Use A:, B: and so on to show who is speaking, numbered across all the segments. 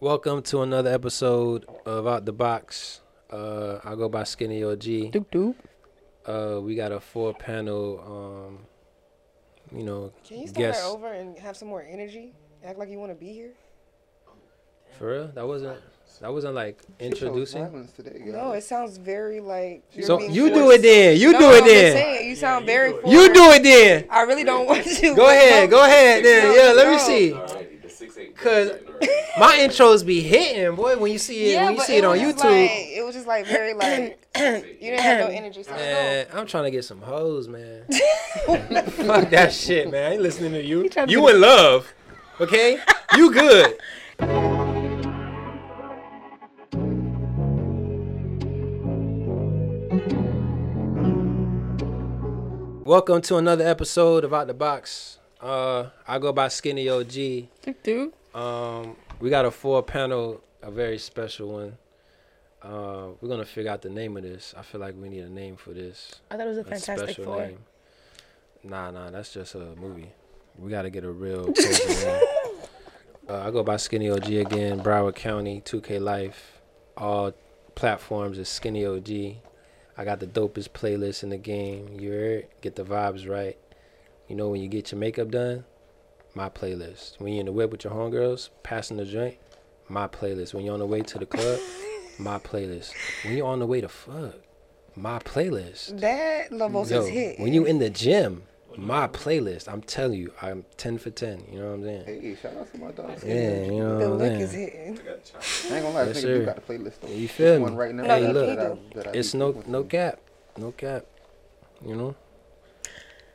A: Welcome to another episode of Out the Box. Uh, I go by Skinny or G.
B: Doop doop.
A: Uh, we got a four panel, um, you know,
C: Can you start
A: guest.
C: over and have some more energy? Act like you want to be here?
A: For real, that wasn't that wasn't like
D: She chose
A: introducing.
D: violence today,
C: No,
D: guys.
C: it sounds very like. you're
A: So
C: being
A: you do
C: forced.
A: it then. You
C: No,
A: do it
C: I'm just
A: then.
C: saying, you sound very.
A: You do it then.
C: I really don't want to.
A: Go ahead. Go ahead then.
C: No,
A: Yeah, let me
C: no.
A: see.
E: Alrighty, the six eight.
A: Cause my intros be hitting, boy. When you see it,
C: Yeah,
A: when you
C: but
A: see it on
C: was just
A: YouTube,
C: Like, it was just like very like. you didn't have no energy. So
A: man, I'm trying to get some hoes, man. Fuck that shit, man. I ain't listening to you. You in love, okay? You good. Welcome to another episode of Out the Box. Uh, I go by Skinny OG.
B: Doop doop.
A: Um, we got a four panel, a very special one. Uh, we're gonna figure out the name of this. I feel like we need a name for this.
B: I thought it was a fantastic
A: special
B: four.
A: name. Nah, nah, that's just a movie. We gotta get a real. cozy name. uh, I go by Skinny OG again, Broward County, 2K Life. All platforms is Skinny OG. I got the dopest playlist in the game. You heard? Get the vibes right. You know when you get your makeup done, my playlist. When you're in the whip with your homegirls, passing the joint, my playlist. When you're on the way to the club, my playlist. When you're on the way to fuck, my playlist.
C: That Lavos
A: Yo,
C: is hit.
A: when you in the gym, my playlist. I'm telling you, I'm ten for ten. You know what I'm saying?
D: Hey, shout out to my dog.
A: Yeah, you know
C: the
A: what
C: lick
A: I'm
C: is
A: saying.
C: hitting.
D: I ain't gonna lie, I
A: Yes,
D: think
A: sir.
D: you got a playlist. Though.
A: You feel
D: This
A: me?
D: One right now.
A: Hey,
D: that
A: look.
D: I- that I
A: It's
D: be
A: no
D: fucking
A: no
D: with.
A: cap, no cap. You know.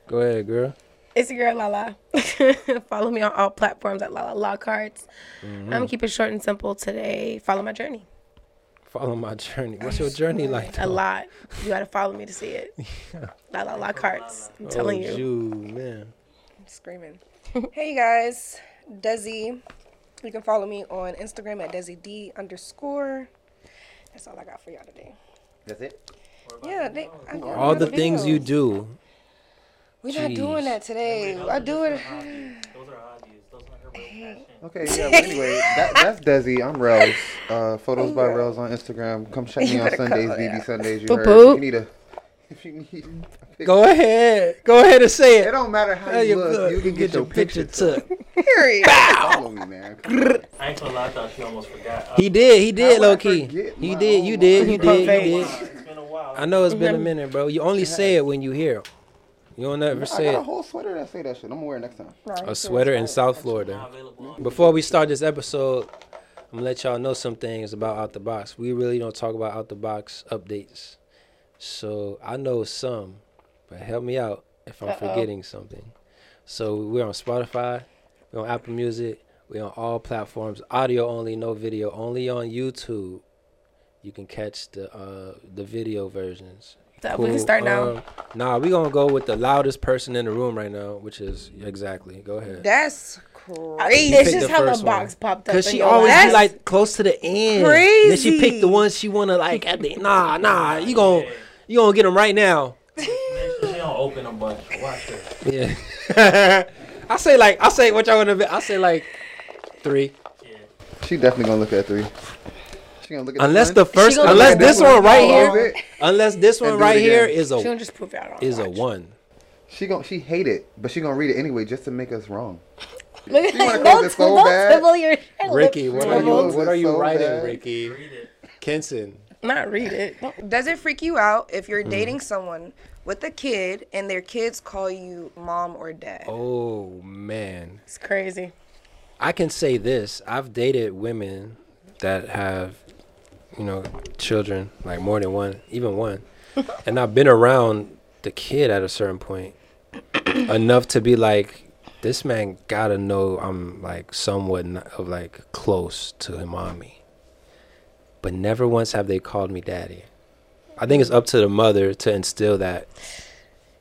A: Go ahead, girl.
B: It's your girl Lala. Follow me on all platforms at Lala Law Cards.
A: Mm-hmm.
B: I'm gonna keep it short and simple today. Follow my journey.
A: Follow my journey. What's your journey like?
B: A lot. You gotta follow me to see it. Lala Law Cards. I'm telling
A: oh,
B: you.
A: man.
C: I'm screaming. hey you guys, Desi. You can follow me on Instagram at Desi D underscore. That's all I got for y'all today.
D: That's it.
C: Yeah, they, I, I
A: All
C: got
A: the things you
C: videos.
A: do.
C: We're not
A: Jeez.
C: doing that today. I do it.
F: Those are hobbies. Those aren't her real passion.
D: Okay. Yeah. Well, anyway, that, that's Desi. I'm Rels. Uh, photos by Rels on Instagram. Come check me
C: You
D: on
C: better cut
D: Sundays,
C: all
D: BB
C: that.
D: Sundays. You
B: Boop,
D: heard?
B: boop.
D: If you need a. If you need. a
A: Go ahead. Go ahead and say
D: It
A: it.
D: don't matter how
A: Hey,
D: you
A: look,
D: look. You can get your picture took.
C: Period.
D: Follow me, man. Come
F: I ain't gonna lie, I thought she almost forgot. Uh,
A: He did. He did,
D: would I
A: low key.
D: forget
A: He
D: my
A: did.
D: own
A: You did. You
D: life?
A: did. You
B: Perfect.
A: did.
F: it's been a while.
A: I know it's been a minute, bro. You only say it when you hear. 'em. You don't
D: on.
A: ever
D: I
A: say
D: got a
A: it.
D: whole sweater that say that shit. I'm gonna wear it next time.
A: A sweater in South Florida.
F: Not available on
A: Before we start this episode, I'm gonna let y'all know some things about Out the Box. We really don't talk about Out the Box updates. So I know some, but help me out if I'm forgetting something. So we're on Spotify, we're on Apple Music, we're on all platforms, audio only, no video, only on YouTube. You can catch the uh the video versions.
B: So Uh, we
A: Cool.
B: can start now.
A: Um, nah, we gonna go with the loudest person in the room right now, which is exactly. Go ahead.
C: That's crazy.
B: it's
A: picked
B: just
A: the
B: how
A: first
B: the
A: one.
B: box popped up.
A: Cause
B: in
A: she
B: your
A: always
B: lap.
A: be like close to the end. Then she picked the
C: crazy.
A: ones she wanna like at the nah nah. You gon' you gonna get them right now.
F: it. She don't open a bunch. Watch her.
A: Yeah. I say like I say what y'all wanna be. I say like three.
D: She definitely gonna look at three. She gonna look at
A: Unless
D: one.
A: the first,
B: She gonna
A: unless
B: do
A: this
D: that
A: one
D: one.
A: right
D: Oh,
A: here,
D: is it?
A: unless this one
D: And do it
A: right here
D: again.
A: is
B: she
A: a
B: don't just prove it out.
A: is a one.
D: She gon' she hate it, but she gonna read it anyway just to make us wrong.
B: Look at
D: You wanna
B: that.
D: close
B: Don't,
D: it so
B: don't
D: bad?
B: swivel your head.
A: Ricky, what are you
B: Oh,
D: Levels
A: what are
D: is
A: you
D: so
A: writing,
D: bad.
A: Ricky? Kenson.
B: Not read it. Don't-
C: Does it freak you out if
A: Mm.
C: you're dating someone with a kid and their kids call you mom or dad?
A: Oh man.
B: It's crazy.
A: I can say this: I've dated women that have, you know, children like more than one, even one, and I've been around the kid at a certain point enough to be like, this man gotta know I'm like somewhat n- of like close to him mommy, but never once have they called me daddy. I think it's up to the mother to instill that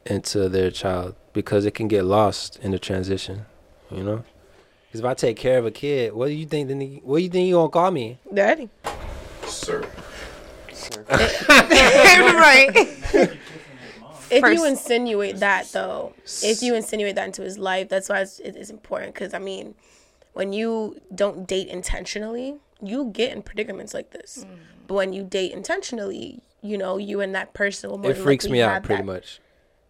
A: into their child because it can get lost in the transition, you know. Cause if I take care of a kid, what do you think? Then he- what do you think you gonna call me?
B: Daddy.
E: Sir.
C: right.
B: if you
C: First-
B: insinuate that though if you insinuate that into his life that's why it's, it- it's important because i mean when you don't date intentionally, you get in predicaments like this.
A: Mm.
B: But when you date intentionally, you know, you and that person will more
A: It
B: than
A: freaks
B: likely
A: me
B: have
A: out pretty
B: that-
A: much.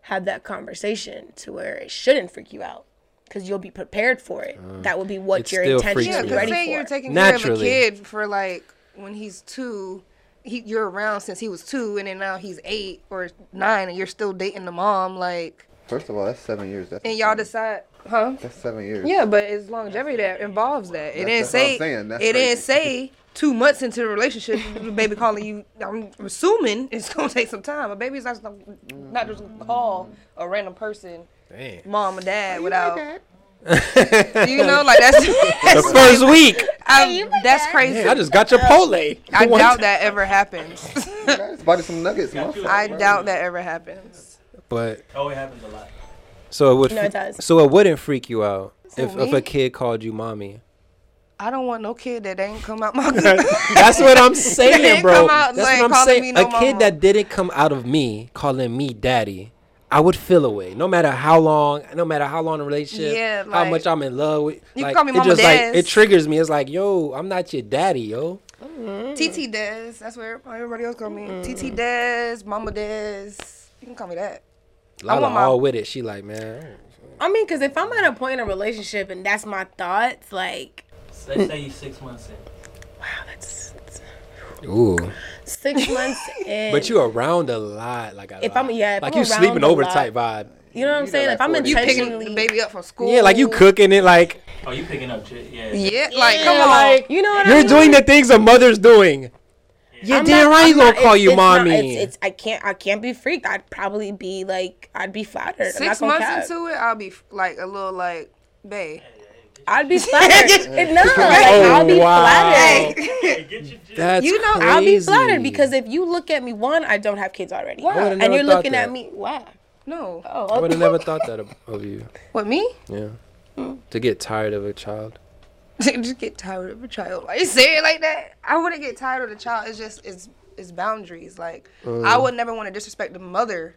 B: Have that conversation to where it shouldn't freak you out because you'll be prepared for it. that would be
A: Uh,
B: what
A: it
B: your
A: still
B: intention
A: freaks
C: Yeah,
A: me
B: is
A: out.
C: because
B: ready
C: say
B: for.
C: you're taking care of a
A: Naturally.
C: kid for like when he's two, he, you're around since he was two, and then now he's eight or nine, and you're still dating the mom, like,
D: First of all, that's seven years. That's
C: and y'all
A: Mm.
D: insane.
C: decide, huh?
D: That's seven years.
C: Yeah, but it's longevity that involves that. It didn't
D: That's- that's what I'm
C: say.
D: saying. That's
C: It didn't
D: crazy.
C: say two months into the relationship, the baby calling you. I'm assuming it's gonna take some time. A baby's not just- not just gonna call a random person,
A: Damn.
C: mom or dad, without. you know, like that's,
A: The
C: that's
A: first week.
C: I, that's crazy.
A: Hey, I just got Chipotle.
C: I
A: One
C: doubt
A: time.
C: that ever happens.
D: Just buy some nuggets, motherfucker.
C: I doubt that ever happens.
A: But
F: Oh, it happens a lot.
A: so it would.
B: No, it
A: fre-
B: does.
A: So it wouldn't freak you out if, if
C: me?
A: a kid called you mommy.
C: I don't want no kid that ain't come out my good.
A: That's what I'm saying,
C: didn't
A: bro.
C: come out,
A: That's
C: like,
A: what I'm
C: calling
A: saying.
C: me no
A: a kid
C: mama.
A: that didn't come out of me calling me daddy, I would feel away. No matter how long, no matter how long the relationship,
C: Yeah,
A: how
C: like-
A: much I'm in love with.
C: You can
A: like,
C: call me
A: it
C: mama
A: just like
C: Dez.
A: it triggers me. It's like, yo, I'm not your daddy, yo.
C: TT Des. That's what everybody- everybody else call me. TT Des, Mama Des. You can call me that.
A: Lala
C: want my-
A: all with it. She like, man.
B: I mean, because if I'm at a point in a relationship and that's my thouts, like,
F: Let's say you six months in.
B: wow, that's
A: Ooh.
B: six months in.
A: But you around a lot, like a
B: If
A: lot.
B: I'm- yeah, if
A: like
B: I'm
A: you
B: around
A: sleeping
B: a
A: over
B: lot.
A: type vibe.
B: You know what I'm
D: You know
B: saying?
D: that
B: if I'm
D: forty- You picking
C: Picking the
B: intentionally,
C: baby up from school.
A: Yeah, like you cooking it, like
F: Oh, you picking up shit? Yeah.
C: Yeah, like come
A: Yeah,
C: on.
A: like,
B: you know what I
A: you're
B: mean?
A: doing the things a mother's doing. Yeah,
B: I'm
A: damn
B: not-
A: right,
B: I'm
A: he's gonna
B: not-
A: call
B: it's-
A: you
B: it's not-
A: mommy.
B: it's, it's I can't I can't be freaked. I'd probably be like I'd be flattered. I'm not
C: Six
B: gonna
C: months
B: cap.
C: into it, I'll be like a little like, babe.
B: I'd be flattered. no, like,
A: Oh,
B: I'll be
A: wow.
B: flattered.
F: Hey, get your jig.
A: That's
C: You know,
B: I'll be flattered
A: crazy.
B: because if you look at me, one, I don't have kids already,
C: Wow. I would've
B: and
A: never
B: you're
A: thought
B: looking
A: that.
B: at me. Wow.
C: No,
B: Oh,
A: I would have never thought that of, of you.
C: what me?
A: Yeah. To get tired of a child.
C: just get tired of a child. Like you say it like that. I wouldn't get tired of the child. It's just it's it's boundaries. Like I
A: Mm.
C: would never want to disrespect the mother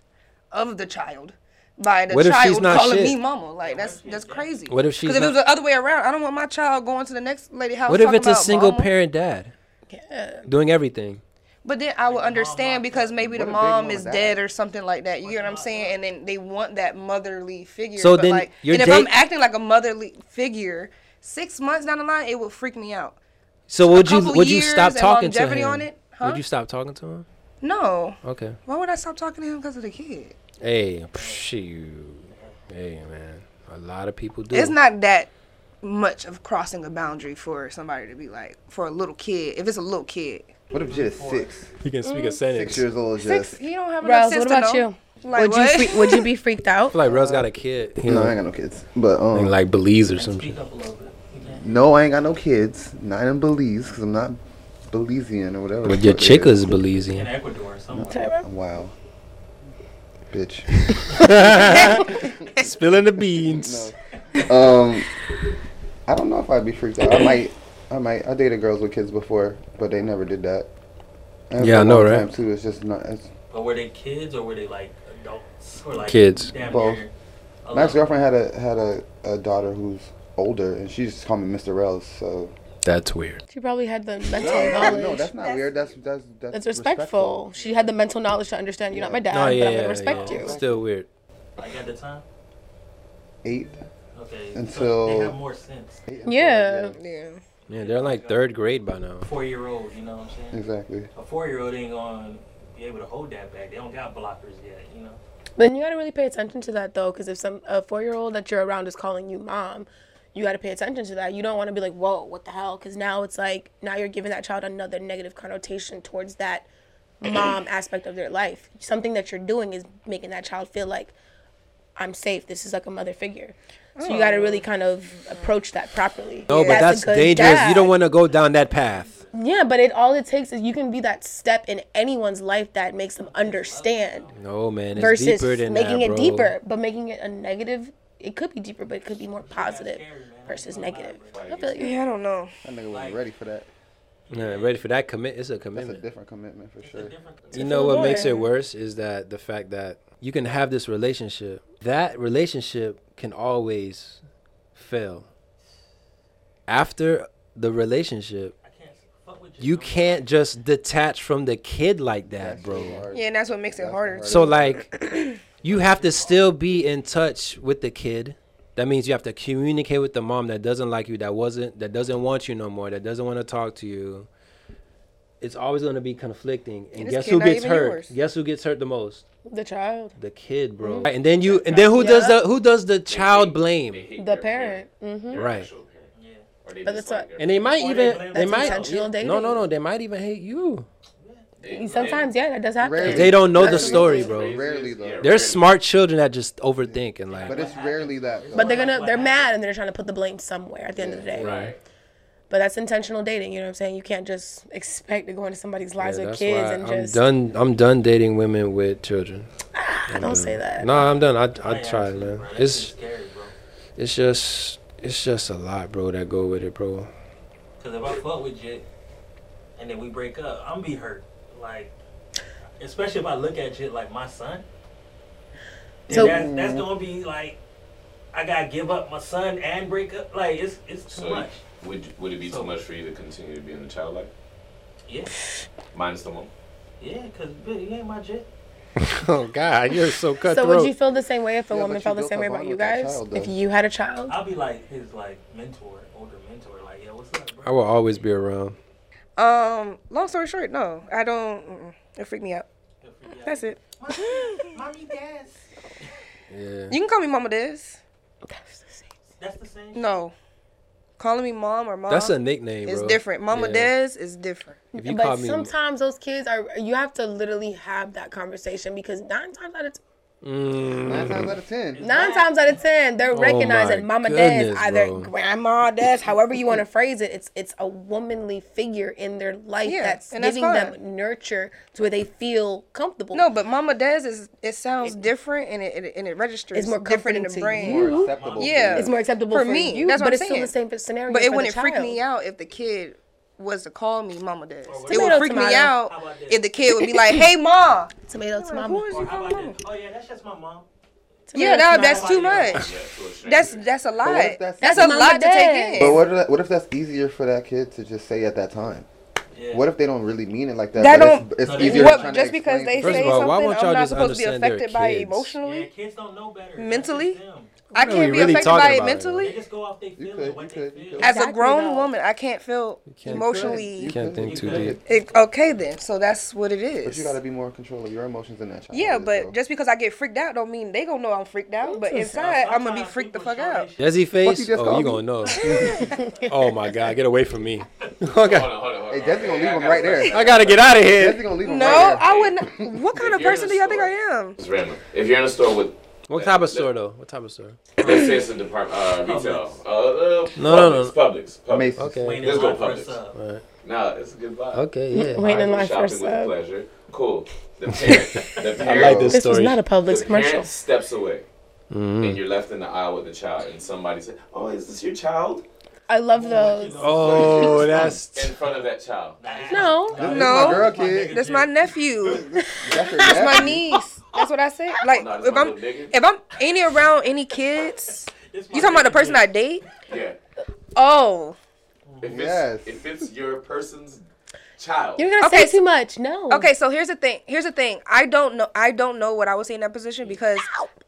C: of the child by the
A: What if she's
C: child
A: not
C: calling
A: shit?
C: me mama. Like that's that's crazy.
A: What if she's
C: Because if it
A: not-
C: was the other way around, I don't want my child going to the next lady house.
A: What if
C: talking
A: it's a
C: about
A: single
C: mama.
A: parent dad
B: yeah.
A: doing everything?
C: But then I would understand because maybe the
D: What if big
C: mom
D: mama
C: is
D: died?
C: dead or something like that. You get what I'm saying? And then they want that motherly figure.
A: So
C: but
A: then
C: like,
A: your
C: and if
A: date-
C: I'm acting like a motherly figure, six months down the line, it would freak me out.
A: So would you
C: couple
A: would you
C: years
A: stop
C: and
A: talking to
C: longevity
A: him?
C: on it, huh?
A: Would you stop talking to him?
C: No,
A: Okay.
C: Why would I stop talking to him because of the kid?
A: Hey, shoot. Hey, man. A lot of people do.
C: It's not that much of crossing a boundary for somebody to be like for a little kid. If it's a little kid,
D: What if just six,
A: You can
B: Mm.
A: speak a
D: six
A: sentence. I
D: years old? Just
C: six. He don't have enough
B: Rose,
C: sense
B: what
C: to
B: about
C: know.
B: you?
C: Like
B: would you
C: what?
B: freak, would you be freaked out?
A: feel like Rose got a kid. You
D: no,
A: know,
D: I ain't got no kids, but um,
A: in like Belize or something.
F: Speak up a little bit. You can.
D: no, I ain't got no kids. Not in Belize, cause I'm not Belizean or whatever. the
A: But your
D: fuck it
A: chick
D: is.
A: is
F: In
A: Belizean.
F: Ecuador or somewhere.
D: Wow. Bitch.
A: Spilling the beans.
D: Um, I don't know if I'd be freaked out. I might, I might. I dated girls with kids before, but they never did that. And
A: Yeah,
D: for
A: I
D: a
A: know,
D: long
A: right?
D: time, too, it's just not. It's,
F: But were they kids or were they like adults or like
A: Kids.
F: Damn
D: Both.
F: near
D: my ex
F: adults?
D: girlfriend had a had a, a daughter who's older, and she just called me Mr. Rels. So
A: That's weird.
B: She probably had the mental
D: no,
B: knowledge.
D: no, that's not weird. That's that's that's,
B: That's respectful. She had the mental knowledge to understand you're not my dad,
A: No, yeah,
B: but I'm
A: Oh, yeah,
B: gonna respect
A: yeah.
B: you.
A: Still weird.
F: Like at the time.
D: Eight.
F: Okay. so
D: Until-
F: they have more sense.
D: eight
B: Yeah.
C: Yeah.
A: Yeah, they're in like third grade by now.
F: Four year old, you know what I'm saying?
D: Exactly.
F: A four year old ain't gonna be able to hold that back. They don't got blockers yet, you know.
B: Then you gotta really pay attention to that though, because if some a four year old that you're around is calling you mom, you gotta pay attention to that. You don't want to be like, whoa, what the hell? Because now it's like now you're giving that child another negative connotation towards that mom aspect of their life. Something that you're doing is making that child feel like I'm safe. This is like a mother figure. So you gotta really kind of approach that properly.
A: Oh. No, but that's
B: a good
A: dangerous. You
B: dad.
A: don't want to go down that path.
B: Yeah, but it all it takes is you can be that step in anyone's life that makes them understand
A: No, man. It's
B: versus
A: deeper than
B: making
A: that,
B: it
A: bro.
B: deeper, but making it a negative. It could be deeper, but it could be more positive versus negative. I feel you.
C: Yeah, I don't know.
D: That nigga wasn't ready for that.
A: Yeah, ready for that commit? It's a
D: That's a
A: commitment.
D: different commitment for sure.
A: You know what makes it worse is that the fact that you can have this relationship. That relationship can always fail. after the relationship,
F: I can't fuck with you.
A: you can't just detach from the kid like that,
D: That's really
A: bro.
D: hard.
C: Yeah, and that's what makes it
D: That's
C: harder.
D: hard.
C: too.
A: So like you have to still be in touch with the kid. That means you have to communicate with the mom that doesn't like you, that wasn't that doesn't want you no more, that doesn't want to talk to you. It's always going to be conflicting. And
C: this
A: guess
C: kid
A: who
C: not
A: gets
C: even
A: hurt?
C: yours.
A: Guess who gets hurt the most?
B: The child,
A: The kid, bro. Right, and then you and then who does
B: Yeah.
A: the who does the child
E: They
A: blame?
E: hate
B: the
E: their
B: parent. Mm-hmm.
E: their
A: Right.
E: actual parent.
F: Yeah.
E: Or they uh,
B: But
E: dislike
B: that's
E: their
A: And they might
F: Or they
A: even
F: blame-
A: they
F: That's
A: might
B: intentional
A: No,
B: dating.
A: no, no, they might even hate you.
E: parent.
B: Sometimes, yeah, that does happen.
D: Rarely.
A: They don't know the
D: That's-
A: story,
E: They-
A: bro.
D: Rarely, though.
E: Yeah,
A: They're smart children that just overthink and like
D: But it's rarely that. Though.
B: But they're gonna they're mad and they're trying to put the blame somewhere at the end of the day.
E: Right.
B: But that's intentional dating, you know what I'm saying? You can't just expect to go into somebody's lives
A: Yeah,
B: with
A: that's
B: kids
A: why
B: and
A: I'm
B: just
A: done. I'm done dating women with children.
B: don't say that.
A: No, I'm done. I I
F: Yeah,
A: tried,
F: shit,
A: man.
F: bro. That shit's
A: It's
F: scary, bro.
A: it's just it's just a lot, bro. That go with it, bro.
F: Cause if I fuck with Jit and then we break up, I'm be hurt. Like, especially if I look at Jit like my son. then
B: So-
F: that's, that's gonna be like, I gotta give up my son and break up. Like it's it's too
E: So
F: much.
E: would would it be
F: So-
E: too much for you to continue to be in the child life?
F: Yeah,
E: Minus the mom.
F: yeah. Cause bitch, you ain't my Jit.
A: oh God, you're so
B: So
A: cutthroat.
B: would you feel the same way if a
D: Yeah,
B: woman
D: but you
B: felt the
D: built
B: same
D: a
B: way about
D: bond
B: you
D: with that
B: guys?
D: child,
B: if
D: though.
B: you had a child?
F: I'll be like his like mentor, older mentor. Like, yo, what's up,
A: I
F: bro?
A: will always be around.
C: Um, long story short, no, I don't. mm-mm. It freaked me out. That's it.
F: Mommy, dad's.
A: Yeah.
C: You can call me Mama Diz.
F: That's the same.
C: No, calling me Mom or Mom
A: That's a nickname, bro.
C: is different. Mama
A: Yeah.
C: Diz is different.
A: If you call
B: but
A: me,
B: sometimes those kids are you have to literally have that conversation because nine times out of t-
A: Mm,
D: Nine times out of ten.
B: nine times out of ten they're recognizing
A: Oh my
B: mama dad's
A: goodness,
B: either
A: bro.
B: grandma dad's however you want to phrase it it's it's a womanly figure in their life
C: Yeah,
B: that's
C: and that's
B: giving them
C: fine.
B: nurture to where they feel comfortable
C: No, but Mama Diz is. It sounds different and it, it and it registers.
B: It's more
C: different in
B: comforting
C: the
B: to
C: brain.
B: you.
D: More acceptable.
C: Yeah.
B: it's more acceptable
C: For
B: for,
C: me,
B: you
C: that's what
B: but
C: I'm
B: it's still the
C: saying.
B: same scenario
C: But it
B: for the
C: wouldn't freak me
B: child.
C: out if the kid was to call me Mama Diz. It
B: Tomato,
C: would freak me
B: tomato.
C: out
F: How about this?
C: if the kid would be like, "Hey, Ma."
B: tomato to mama
C: Who is you
F: Or how
C: calling
F: about
C: Mama?
F: this? Oh yeah, that's just my mom.
C: Yeah, that,
B: Tomato,
C: that's too much.
F: tomato.
E: Yeah, to a stranger.
C: That's that's a lot.
D: what if
C: that's,
D: that's-
C: a
B: That's Mama
C: lot to
B: Diz.
C: take in.
D: But what if, what if that's easier for that kid to just say at that time?
F: Yeah.
D: What if they don't really mean it like that?
C: That
D: but
C: don't-
D: It's, it's
F: No, they
D: easier.
F: don't.
D: to try
C: what,
D: to
C: just because
D: explain
C: they
D: to
A: First
C: say
A: of all, why
C: something,
A: won't y'all
C: I'm not
A: just
C: supposed to be
A: understand they're
C: affected by it
A: kids?
C: emotionally.
F: Yeah, kids don't know better. That's
C: Mentally?
F: just them.
C: I
A: What are
C: can't
A: we
C: be
A: really
C: affected
A: talking
C: by it
A: about?
F: They
C: mentally.
F: just go off their feelings,
D: could,
F: what
D: you
F: they
D: could, you
F: feel.
D: could.
C: As a
B: Exactly,
C: grown
B: though.
C: woman, I can't feel
A: can't-
D: You
C: emotionally.
A: can't
D: could-
A: think too
D: could.
A: deep.
C: It, okay, then. So that's what it is.
D: But you gotta be more in control of your emotions than that child.
C: yeah,
D: is,
C: but
D: though.
C: just because I get freaked out don't mean they gonna know I'm freaked out. But inside, I'm gonna be
F: Sometimes
C: freaked the
F: people
C: fuck
F: show their
C: out.
F: shit.
A: Desi face.
D: just
A: oh,
D: called
A: you
D: me?
A: gonna know? oh my God, get away from me. Okay,
E: Hold on, hold on, hold
D: hey,
E: on.
D: Desi gonna
E: Yeah,
D: leave him
E: I gotta
D: right
E: start-
D: there.
A: I gotta get out of
D: Desi
A: here.
D: gonna leave him
C: No,
D: right there.
C: I wouldn't. What kind of
E: If you're
C: person
E: in
C: do y'all think I
E: store-
C: am?
E: It's random. If you're in a store with,
A: What type of store though? What type of store?
E: let's say it's a department, uh, retail. Uh, uh,
A: No, no, no.
E: Publix, Publix, Publix.
D: Macy's.
A: Okay.
F: Waiting
E: Let's
F: in
E: go
F: line for a
E: Publix.
F: sub.
E: Nah, it's a good vibe.
A: Okay. Yeah.
B: Wait
E: I
B: in
E: go
B: line for a
E: shopping with
B: sub.
E: pleasure. Cool. The parent, the parent,
A: like this. Mm-hmm.
B: This
A: Story.
B: was not a Publix
E: the
B: commercial.
E: parent steps away, and you're left in the aisle with the child, and somebody said, "Oh, is this your child?"
B: I love those.
A: Oh, that's
E: In front of that child.
B: No,
D: This is
C: No.
D: my girl, kid.
C: That's my nephew.
D: That's her
C: That's my
D: nephew.
C: niece. That's what I said. Like
E: Nah, this
C: if
E: my
C: I'm
E: little nigga.
C: if I'm any around any kids, you talking about the person I date?
E: Yeah.
C: Oh,
E: If it's,
D: Yes.
E: if it's your person's child,
B: you're gonna
C: Okay,
B: say too much. No.
C: okay. So here's the thing. Here's the thing. I don't know. I don't know what I would say in that position because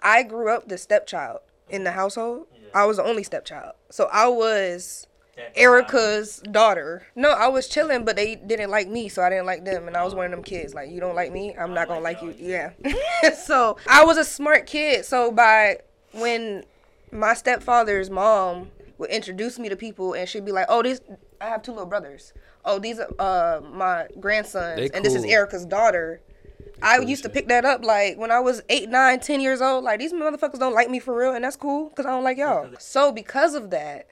C: I grew up the stepchild in the household. I was the only stepchild, so I was Erica's daughter. No, I was chilling, but they didn't like me, so I didn't like them, and I was one of them kids. Like, you don't like me, I'm not gonna like you. Yeah. so I was a smart kid. So by when my stepfather's mom would introduce me to people, and she'd be like, "Oh, this, I have two little brothers. Oh, these are uh, my grandsons,
A: They
C: and this is
A: cool.
C: Erica's daughter." I used to pick that up like when I was eight, nine, ten years old. Like these motherfuckers don't like me for real, and that's cool because I don't like y'all. So because of that,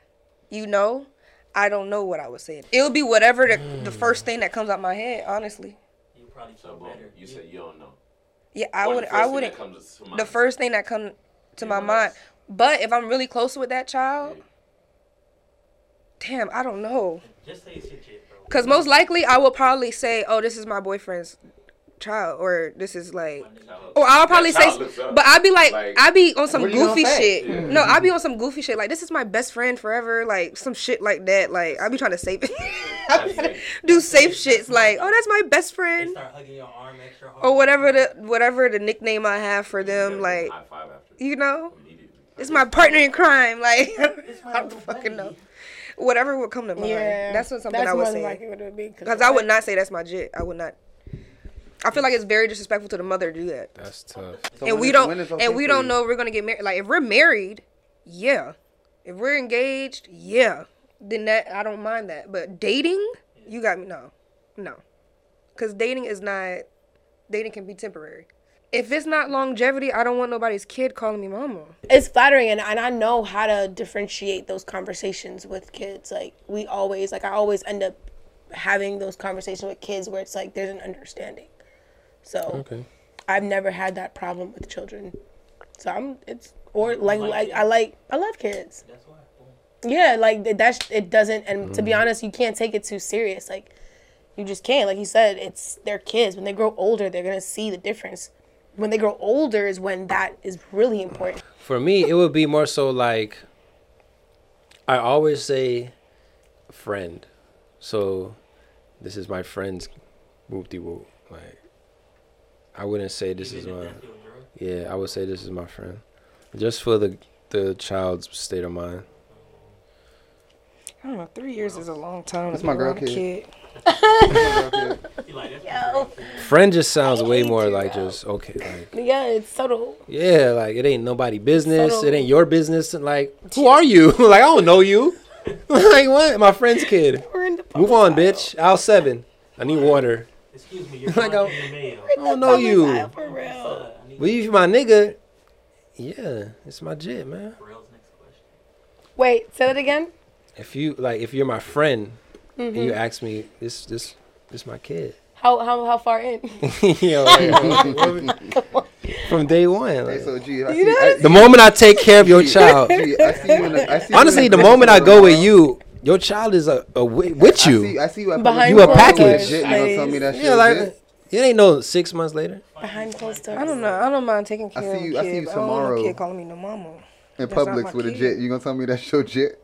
C: you know, I don't know what I would say. It'll be whatever the, the first thing that comes out my head, honestly.
F: You probably feel
E: So, boom,
F: better.
E: you said you don't know.
C: Yeah, I
E: Or
C: would.
E: the first
C: I
E: thing
C: wouldn't.
E: that comes to mind.
C: The first thing that come to my
E: Yeah.
C: mind. But if I'm really close with that child, damn, I don't know.
F: Just say it's your shit, bro.
C: Because most likely, I will probably say, "Oh, this is my boyfriend's child or this is like
E: Child.
C: or I'll probably
E: That child
C: say
E: looks up.
C: but I'd be like,
E: Like,
C: I'd be on some
D: what are you gonna
C: goofy
D: say?
C: shit. No, I'd be on some goofy shit like this is my best friend forever like some shit like that like I'd be trying to save it. I'd be trying to do safe shits like oh that's my best
F: They
C: friend
F: start hugging your arm extra hard.
C: or whatever the whatever the nickname I have for them like
E: high five after
C: you know
E: immediately.
C: it's my partner in crime like
F: It's my
C: I don't
F: little
C: fucking know
F: buddy.
C: whatever would come to mind that's what something
B: that's
C: I would
B: more than
C: say.
B: likely what it would be.
C: Because I would not say that's my jit. I would not. I feel like it's very disrespectful to the mother to do that.
A: That's tough.
D: So
C: and
D: when
C: we
D: is- when is
C: don't.
D: okay
C: And we
D: for
C: don't
D: you?
C: know if we're gonna get married. Like if we're married, yeah. If we're engaged, yeah. Then that I don't mind that. But dating, you got me. No, no. Because dating is not. Dating can be temporary. If it's not longevity, I don't want nobody's kid calling me mama.
B: it's flattering and, and i know how to differentiate those conversations with kids like we always like i always end up having those conversations with kids where it's like there's an understanding so
A: Okay.
B: i've never had that problem with children so i'm it's or like like i like i love kids
F: That's why. Boom.
B: yeah like th- that's it doesn't and to be honest you can't take it too serious like you just can't like you said it's their kids when they grow older they're gonna see the difference when they grow older is when that is really important
A: For me, it would be more so like I always say friend. So this is my friend's whoop de whoop. Like I wouldn't say this is
F: Even if
A: my
F: that's your girl.
A: yeah, I would say this is my friend. Just for the the child's state of mind.
C: I don't know. Three years is a long time.
D: That's my girl kid.
F: He like, that's
A: Friend just sounds way more like just okay, like
B: yeah it's subtle
A: yeah, like it ain't nobody business.
B: Subtle.
A: It ain't your business. and, Like who are you? like I don't know you. like what? My friend's kid.
B: We're in the
A: Move on, bitch. Al seven. I need water.
F: Excuse me, your
A: Like, I'm-
F: phone came in the mail.
A: I don't know you.
B: For real.
F: Uh, I need
A: But if you my nigga, yeah, it's my jit, man.
F: Braille's next question.
B: Wait, say that again.
A: If you like, if you're my friend and you ask me, this, this, this my kid.
B: How how how far in?
A: you know, like, from day one.
D: Hey,
A: like.
D: so G, I
B: You
D: see,
B: know
D: I-
A: the moment I take care of your
D: G,
A: child,
D: G, I see you in the- I see you in
A: honestly, the
D: grocery
A: moment I
D: store
A: go
D: tomorrow.
A: with you, your child is a, a wi- with
D: I see,
A: you.
D: I see you at
B: Behind
A: You a
B: closed
A: package.
B: doors,
D: You gonna tell me
B: please.
D: that shit?
A: Yeah, like
D: legit?
A: it ain't no six months later.
B: Behind closed doors.
C: I don't know. I don't mind taking care
D: see
C: of
D: you-
C: the
D: I
C: kid.
D: see you
C: but I don't want no
D: tomorrow.
C: kid calling me no mama.
D: in
C: That's not
D: Publix
C: my
D: with a
C: kid.
D: jit. You gonna tell me that's your jit?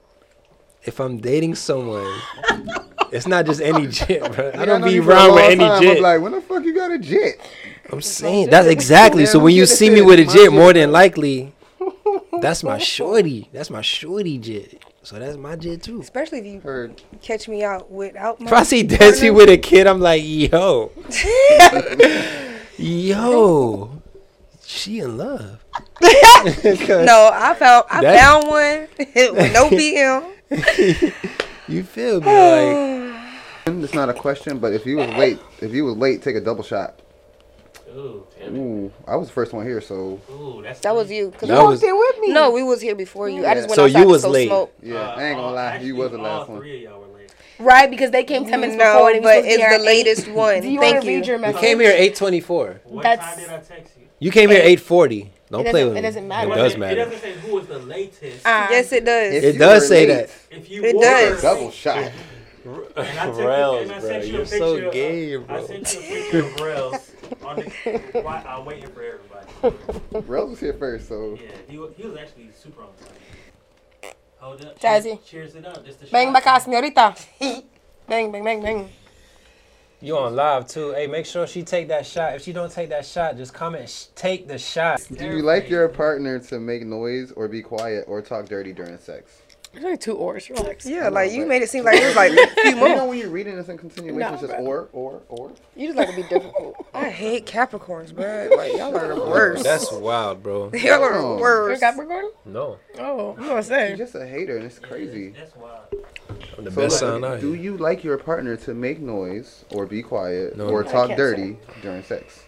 A: If I'm dating someone, it's not just any jit, bro. I
D: Nigga,
A: don't
D: know
A: be
D: you for a
A: around with
D: long
A: any
D: time. I'm
A: jit.
D: like, when the fuck you got a jit?
A: I'm saying that's exactly. So
D: Yeah,
A: when
D: we
A: you
D: get
A: see
D: it.
A: me with a
D: My
A: jit,
D: shit,
A: more than likely, that's my shorty. That's my shorty jit. So that's my jit too.
C: Especially if you
D: Heard.
C: catch me out without my.
A: If I see Desi with a kid, I'm like, yo, yo, she in love. 'Cause
C: No, I found I
A: That-
C: found one with no BM.
A: You feel me? Like
D: It's not a question, but if you was late, if you was late, take a double shot.
F: Ooh,
D: Ooh, I was the first one here, so
F: ooh, that's
C: That was you. 'cause
A: That
C: we-
A: was- Walked in
B: with me.
C: no, we was here before you. I just went
A: So
C: outside
A: you
C: to
A: was
C: smoke
A: late.
C: smoke.
D: yeah,
F: Uh,
D: I ain't gonna
F: all-
D: lie,
F: actually,
D: you was the
F: all
D: last one.
F: three of y'all were late.
B: Right, because they came ten minutes
C: No,
B: before and it was
C: but
B: supposed to be
C: it's
B: our
C: the
B: eight.
C: latest one.
B: Do you
C: Thank
B: want to
C: you.
B: read your
A: you
B: message?
A: came here eight twenty four.
F: What
B: That's-
F: time did I text you?
A: You came here eight forty. Don't
B: It
A: play
B: doesn't-
A: with
B: it
A: me.
B: doesn't matter.
A: It does
F: doesn't- It
A: matter.
F: doesn't say who was the latest.
B: Uh,
C: Yes, it does.
D: If
A: It
D: you
A: does
D: were
A: say
D: late,
F: if you
C: it
F: were
C: does.
F: late,
D: Double shot.
F: And I took the-
A: Rails,
F: and I
A: bro.
F: sent you a
A: You're
F: picture
A: so
F: of-
A: gay, bro.
F: I sent you a picture of Rails on the. Why, I'm waiting for everybody.
D: Rose was here first, so
F: Yeah, he was, he was actually super on time. Hold up.
B: Jazzy.
F: Cheers it up. Just the
B: Bang
F: shot.
B: back out, señorita. bang bang bang bang.
A: You on live too. Hey, make sure she take that shot. If she don't take that shot, just comment sh- take the shot.
D: do you like your partner to make noise or be quiet or talk dirty during sex?
B: There's only two oars. Relax.
C: Yeah, like you
D: but-
C: made it seem like it was like a few
D: You know
C: months.
D: when you're reading this in continuation,
B: Nah,
D: it's just
B: bro.
D: or or or.
B: You just like to be difficult.
C: I hate Capricorns, bro. Like y'all are the worst.
A: That's wild, bro.
C: y'all are the
D: Oh.
B: You're a
C: worst.
B: Capricorn.
A: No,
B: Oh, I'm gonna
D: You're
B: say.
D: just a hater, and it's crazy.
F: That's wild.
A: I'm the
D: So,
A: best
D: like,
A: son out
D: do
A: here.
D: you like your partner to make noise or be quiet
A: No.
D: or
A: I
D: talk
B: can't
D: dirty during sex?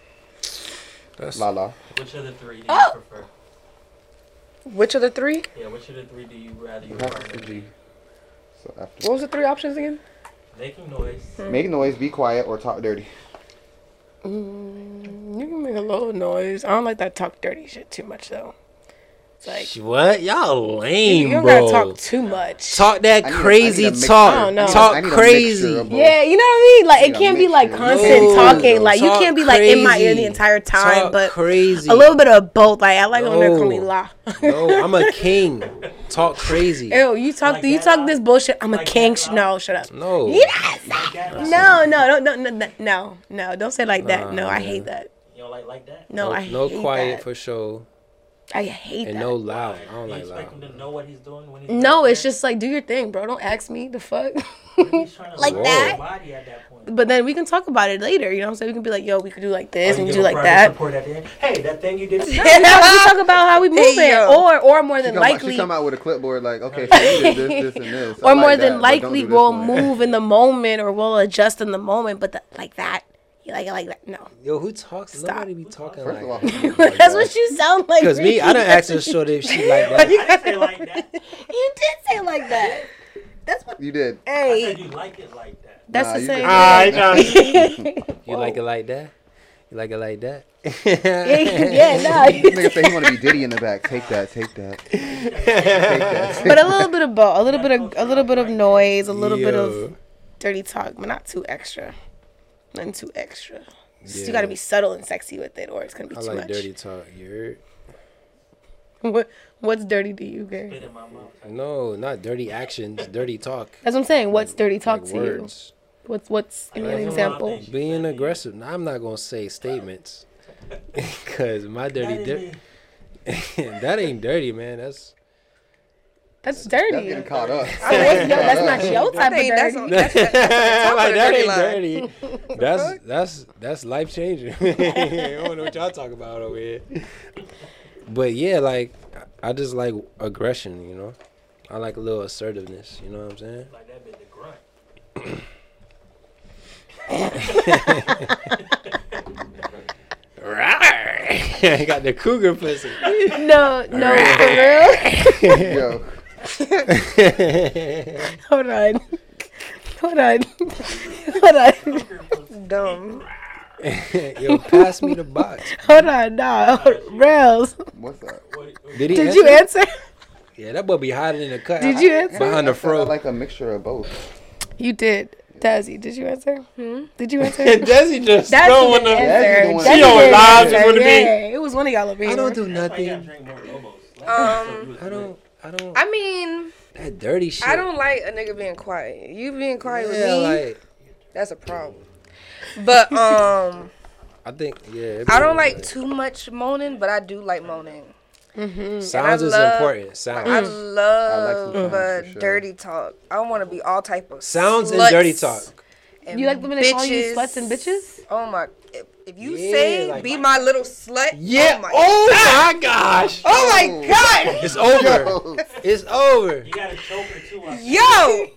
A: That's
D: La la.
F: Which of the three do you
B: Oh!
F: prefer?
C: Which of the three?
F: Yeah, which of the three do you rather your partner
D: G. So after
C: What was the three options again?
F: making noise?
B: Hmm.
D: make noise, be quiet, or talk dirty.
B: Mm, you can make a little noise. I don't like that talk dirty shit too much though. It's like
A: Sh- What? Y'all
B: you
A: lame,
B: don't
A: bro.
B: gotta talk
A: Talk,
B: too much.
D: I
A: that
D: need a- I
A: crazy
D: need a mixture.
B: I
A: talk.
B: don't know.
A: Talk
D: I need a mixture
A: crazy.
D: of both.
B: Yeah, you know what I mean. Like
D: You
B: it
D: gotta
B: can't be
D: mix
B: like
D: it.
B: constant
A: No,
B: talking. Like
A: talk
B: you can't be like in my ear
A: crazy.
B: the entire time.
A: Talk
B: but
A: crazy.
B: a little bit of both. Like I like it when they're calling me
A: No.
B: la.
A: No, I'm a king. Talk crazy.
B: Ew, you talk
F: Like
B: you
F: that,
B: talk
F: la?
B: this bullshit. I'm a
F: Like
B: king.
F: that,
B: Sh-
F: la?
B: no, shut up.
A: No.
B: Yes.
F: that, like that.
B: No, no, no, no, no, no, no. Don't say it like that. No, I hate that.
F: You don't like like that?
B: No,
A: No,
B: I hate
A: no quiet
B: that.
A: for sure,
B: I hate
A: and
B: that.
A: no loud. I don't
F: You
A: like
F: expect him
A: loud.
F: to know what he's doing when he's
B: No,
F: back
B: it's
F: there?
B: just like do your thing, bro. Don't ask me the fuck.
F: He's trying to
B: like
F: lower
B: that.
F: his Body at that point.
B: but then we can talk about it later. You know what I'm saying? We can be like, yo, we could do like this,
F: Or
B: and we
F: Oh, you
B: do
F: give a
B: like
F: private
B: that.
F: Support at the end. Hey, that thing you did.
B: Yeah, we talk- we talk about how we moving,
C: yo.
B: or or more than
D: She come, out, she
B: likely,
D: come out with a clipboard like, okay, so you did this, this, and this. I
B: or
D: like
B: more
D: that,
B: than
D: but don't
B: likely
D: do this
B: we'll
D: one.
B: move in the moment or we'll adjust in the moment. But the, like that, you like it like that? No,
A: Yo, who talks?
B: Stop.
A: Nobody be talking
D: First of all,
A: like.
B: that's what you sound like.
A: Because me, I
B: Ricky.
A: done asked her short if she like that.
F: I didn't say like that.
B: You did say like that. That's what.
D: you did.
F: I
B: Hey,
F: said you like it like that.
B: that's
D: Nah,
B: the
D: you good.
B: same.
A: I
B: thing.
A: You like it like that? You like it like that?
B: yeah, no.
D: Nigga say he want to be Diddy in the back. Take that, take that, take that.
B: But a little bit of both, a little bit of a little bit of noise, a little bit of
A: Yo.
B: dirty talk, but not too extra. Nothing too extra. Just, you
A: Yeah.
B: gotta be subtle and sexy with it, or it's gonna be
A: I
B: too
A: like
B: much.
A: dirty talk. You heard?
B: What What's dirty to you, Gary?
F: Spit in my mouth.
A: No, not dirty actions. Dirty talk.
B: That's what I'm saying. What's dirty talk
A: Like
B: to you? What's What's give me an
F: Like,
B: example?
F: that's a lot
A: Being aggressive. Now, I'm not gonna say statements, cause my
F: That
A: dirty
F: is
A: dirty.
F: me.
A: that ain't dirty, man. That's
B: That's
D: That's
B: dirty.
D: getting caught up.
B: That's, no, that's not
C: I
B: your type of dirty.
C: think that's,
B: That's,
C: that's, that's,
A: like
C: a
A: that
C: dirty
A: ain't
C: line.
A: dirty. That's that's that's life changing. I don't know what y'all talking about over here. But yeah, like I I just like aggression. You know, I like a little assertiveness. You know what I'm saying?
F: Like that bit the grunt.
A: Right. I got the cougar pussy.
B: no, no, for real.
D: Yo,
B: Hold on. Hold on. Hold on.
C: dumb.
A: Yo, pass me the box.
B: Hold on. Nah. Rails.
D: what's up?
F: What, what,
A: Did, he
B: Did you
A: answer?
B: answer?
A: Yeah, that boy be hiding in the cut.
B: Did you answer?
A: Behind the
D: I said I
A: fro.
D: like a mixture of both.
B: You did. Dazzy, did you answer? Hmm? Did you answer?
A: And Desi just
B: That's
A: throwing
B: the
A: the.
D: Dazzy the
B: answer.
D: one-
B: Dazzy
D: She on
B: did
A: live is
B: answer.
A: what it be.
B: Yeah, it was one of y'all over here.
A: I don't do
F: why you gotta
A: nothing.
F: drink more Lobos? Last time you was
A: I
F: lit.
A: don't. I don't.
C: I mean,
A: That dirty shit.
C: I don't like a nigga being quiet. You being quiet with
A: Yeah,
C: me,
A: like
C: that's a problem. But um,
A: I think. Yeah. it'd
C: I
A: be
C: don't like too much moaning, but I do like moaning.
A: Sounds
C: and Mm. I
A: is
C: love- Mm.
A: important.
C: I
A: Sounds.
C: love
D: some
C: uh,
D: sounds for sure.
C: dirty talk. I want to be all type of
A: Sounds and
C: sluts
A: dirty talk.
C: and
B: You like women that call you
C: bitches.
B: sluts and bitches?
C: Oh my! If, if you
A: Yeah,
C: say
A: like-
C: "be my little slut,"
A: Yeah.
C: Oh my! Oh,
A: Oh my gosh.
C: my God!
A: It's over.
D: Yo,
A: It's over.
F: You got a choker too. I
C: Yo!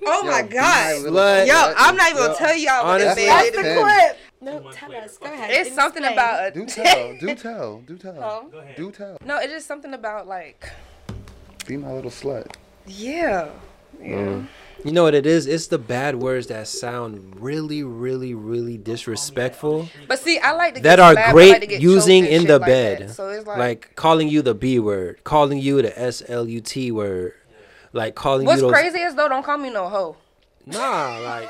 C: Oh my
D: be
C: God!
D: little
A: Blood.
C: Yo,
D: slut.
C: I'm not even gonna
A: Yo,
C: tell y'all what this
A: honestly-
C: man
D: That's
C: did.
D: the
C: to me.
D: Ten. clip.
B: No,
F: tell us. Go
B: ahead.
C: It's something about
D: Do
C: a
D: tell, do tell, do tell,
C: Um,
F: Go ahead.
D: do tell.
C: no. It's just something about like
D: Be my little slut.
C: yeah.
A: You know what it is? It's the bad words that sound really, really, really disrespectful
C: But see, I like to
A: that
C: get
A: are
C: slapped, I like to
A: great
C: get
A: using
C: choked and
A: in
C: shit
A: the
C: like that.
A: bed.
C: So it's like,
A: like calling you the B word, calling you the S L U T word, like calling
C: what's
A: you those.
C: crazy is though, don't call me no hoe.
A: Nah, like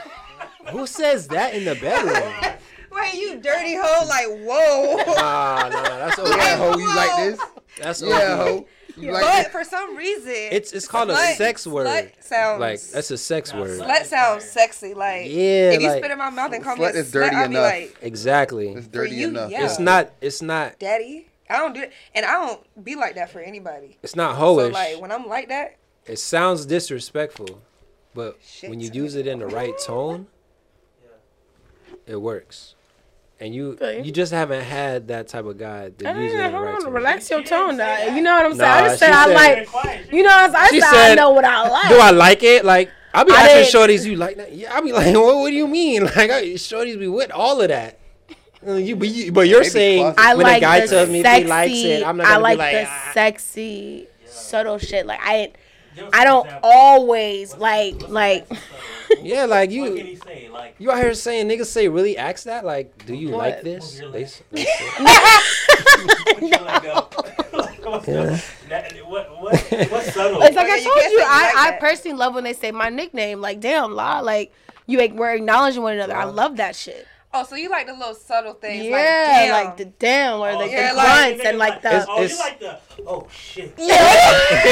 A: who says that in the bedroom?
C: Wait, you dirty hoe! Like whoa.
A: Nah, nah, nah, that's okay.
D: Yeah, ho, you like this?
A: That's
D: Yeah,
A: okay.
D: ho. You like
C: but
D: this?
C: for some reason,
A: It's it's called a
C: Slut-
A: sex word.
C: slut sounds
A: Like that's a sex word.
F: slut-
C: Slut sounds sexy. Like
A: Yeah,
C: if you
A: like-
C: spit in my mouth and call
D: Slut
C: me a
D: is dirty
C: slut, I'll be
D: enough.
C: like,
A: Exactly.
D: It's dirty
C: you,
D: enough.
C: yeah.
A: It's not. It's not.
C: Daddy, I don't do that, and I don't be like that for anybody.
A: It's not
C: So
A: hoish.
C: like when I'm like that,
A: it sounds disrespectful, but
C: Shit
A: when you
C: to
A: use it in the right tone, it works. And you
B: Feel you.
A: you just haven't had that type of guy that
B: Hold
A: uses it in the right
B: on,
A: tone.
B: relax your
F: She didn't
B: tone.
F: say
B: Now.
F: that.
B: You know what I'm saying? I
A: Nah,
B: just
A: she
B: said I
A: said-
B: like.
F: quiet.
B: You know what I'm saying? I
A: She
B: said, I
A: said-
B: know what I like.
A: Do I like it? Like I be
B: I
A: asking
B: didn't-
A: shorties, you like that? Yeah, I be like, what? What do you mean? Like I, shorties be with all of that. Uh, You, but, you, but you're
D: They be
A: saying
D: closeted. I
A: when a guy tells me if he likes it, I'm not
B: I
A: gonna
B: like
A: be like,
B: the
A: "Ah."
B: sexy, subtle shit. Like I,
F: Give us
B: I
F: an
B: don't
F: example.
B: always like
F: What's
B: like.
F: the next episode?
A: "Ah." yeah, like
F: What can he
A: you,
F: say? Like,
A: you out here saying niggas say really ask that. Like, do you
B: What?
A: like this? They, s- they say-
F: put your leg up.
A: Yeah.
F: That, what, what, what's subtle?
B: It's like
C: Yeah,
B: I
C: you
B: told
C: can't
B: you,
C: say you
B: I,
C: like
B: I
C: that.
B: personally love when they say my nickname. Like, damn, la, like you like, we're acknowledging one another. I love that shit.
C: Oh, so you like the little subtle things?
B: yeah,
C: like,
B: like, the damn or Oh, like
C: yeah,
B: the
C: like-
B: grunts and like the.
A: It's-
F: oh,
A: it's-
F: you like the oh shit.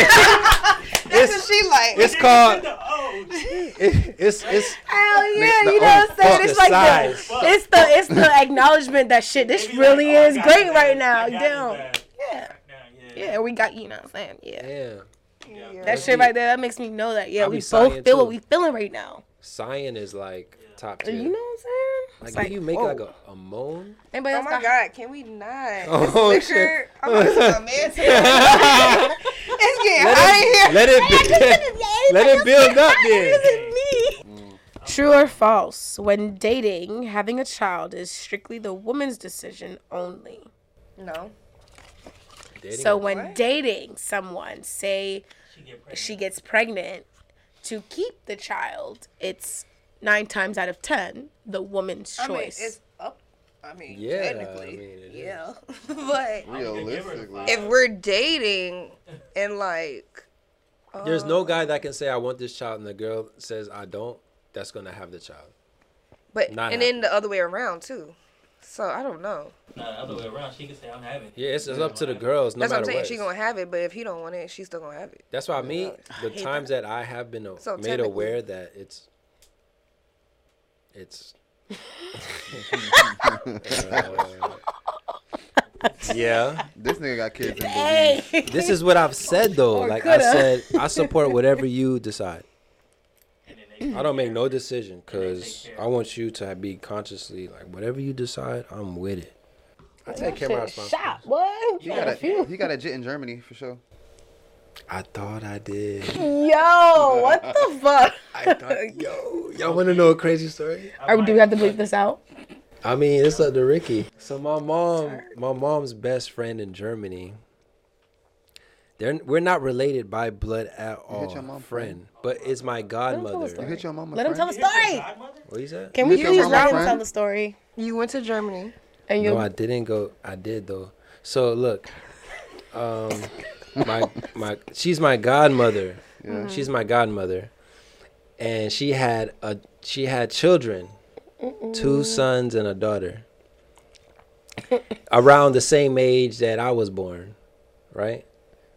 C: That's what she like.
A: It's called.
F: The, oh, shit.
A: It, it's it's.
B: Hell yeah,
A: the
B: you know what
A: oh,
B: I'm saying?
A: fuck,
B: It's
A: the
B: like the,
A: size.
B: it's the it's the acknowledgement that shit. This
F: Maybe
B: really
F: like, oh, I
B: is
F: got
B: great
F: you,
B: right
F: man.
B: now.
F: I got you,
B: Damn.
F: man.
B: Yeah.
F: Nah,
B: Yeah, we got you know what I'm saying? Yeah.
A: Damn.
C: Yeah.
B: That shit right there, that makes me know that yeah,
A: I
B: we
A: be
B: both
A: sighing,
B: feel what
A: too.
B: we feeling right now.
A: Cyan is like top tier.
B: You know what I'm saying?
A: like,
B: It's
A: do you make
B: whoa.
A: like a, a moan?
B: anybody
C: Oh
B: else
C: my
B: got
C: god, can we not?
A: Oh,
C: this
A: shit.
C: picture, I'm about to get romantic. It's getting
A: Let
C: hot in
A: it,
C: here.
A: let it, be- let it build up then.
B: Mm. True or false? When dating, having a child is strictly the woman's decision only.
C: No.
A: Dating
B: so
A: a-
B: when
C: What?
B: dating someone, say
F: She get pregnant.
B: she gets pregnant, to keep the child, it's nine times out of ten the woman's
C: I mean,
B: choice.
C: it's up. I mean,
A: Yeah, I
C: technically,
A: mean, it is.
C: yeah. but
D: Realistically,
C: if we're dating and like, um,
A: there's no guy that can say I want this child and the girl says I don't, that's gonna have the child.
C: but
A: Not
C: and then the other way around too. So I don't know.
F: Nah, the other way around, she can say I'm having. it.
A: Yeah, it's, it's up to the girls. No
C: That's what
A: matter
C: I'm saying.
A: what.
C: She gonna have it, but if he don't want it, she's still gonna have it.
A: That's why me, the times that. I have been a-
C: So
A: made
C: technically-
A: aware that it's, it's. Uh, yeah.
D: this nigga got kids in the
B: hey,
A: This is what I've said though.
B: Or
A: like
B: coulda.
A: I said, I support whatever you decide.
F: And then they,
A: I don't make no decision because
F: care.
A: I want you to be consciously like whatever you decide, I'm with it. I take care of my responsibility.
B: shot what?
D: He got, a, he got a jit in Germany for sure.
A: I thought I did.
B: Yo, what the fuck?
A: I thought, yo, y'all want to know a crazy story?
B: Or do we have to bleep this out?
A: I mean, it's up to Ricky. So my mom, my mom's best friend in Germany. They're we're not related by blood at all.
D: your mom,
A: friend, but it's my
B: tell us
D: You
A: godmother.
D: hit your mama.
B: Let him tell
D: friend?
B: the story.
A: What you said?
B: Can we
D: Miss your
B: please
D: mama
B: let him
D: friend?
B: tell the story?
C: You went to Germany.
B: And you
A: No, I didn't go. I did though. So look, um, my my she's my godmother. She's my godmother, and she had a she had children, two sons and a daughter, around the same age that I was born, right?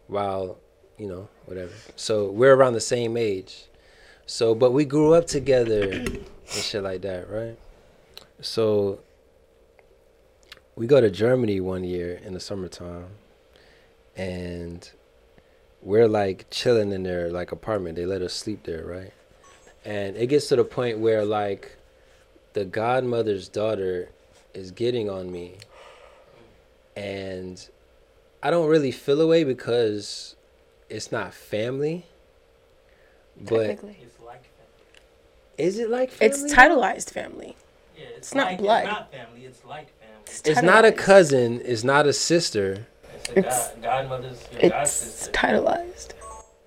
A: While you know whatever. So we're around the same age. So, but we grew up together and shit like that, right? So we go to Germany one year in the summertime, and we're like chilling in their like apartment. They let us sleep there, right? And it gets to the point where like the godmother's daughter is getting on me, and I don't really feel away because it's not family. But
B: technically,
F: It's like family.
A: is it like family?
B: it's titleized family.
F: Yeah, it's,
B: not
F: like,
B: blood.
F: It's not family. It's like family.
A: It's not a
B: titleized.
A: cousin. It's not a sister.
F: It's, a
B: It's-
F: god, godmother's your god
B: It's
F: sister.
B: titleized.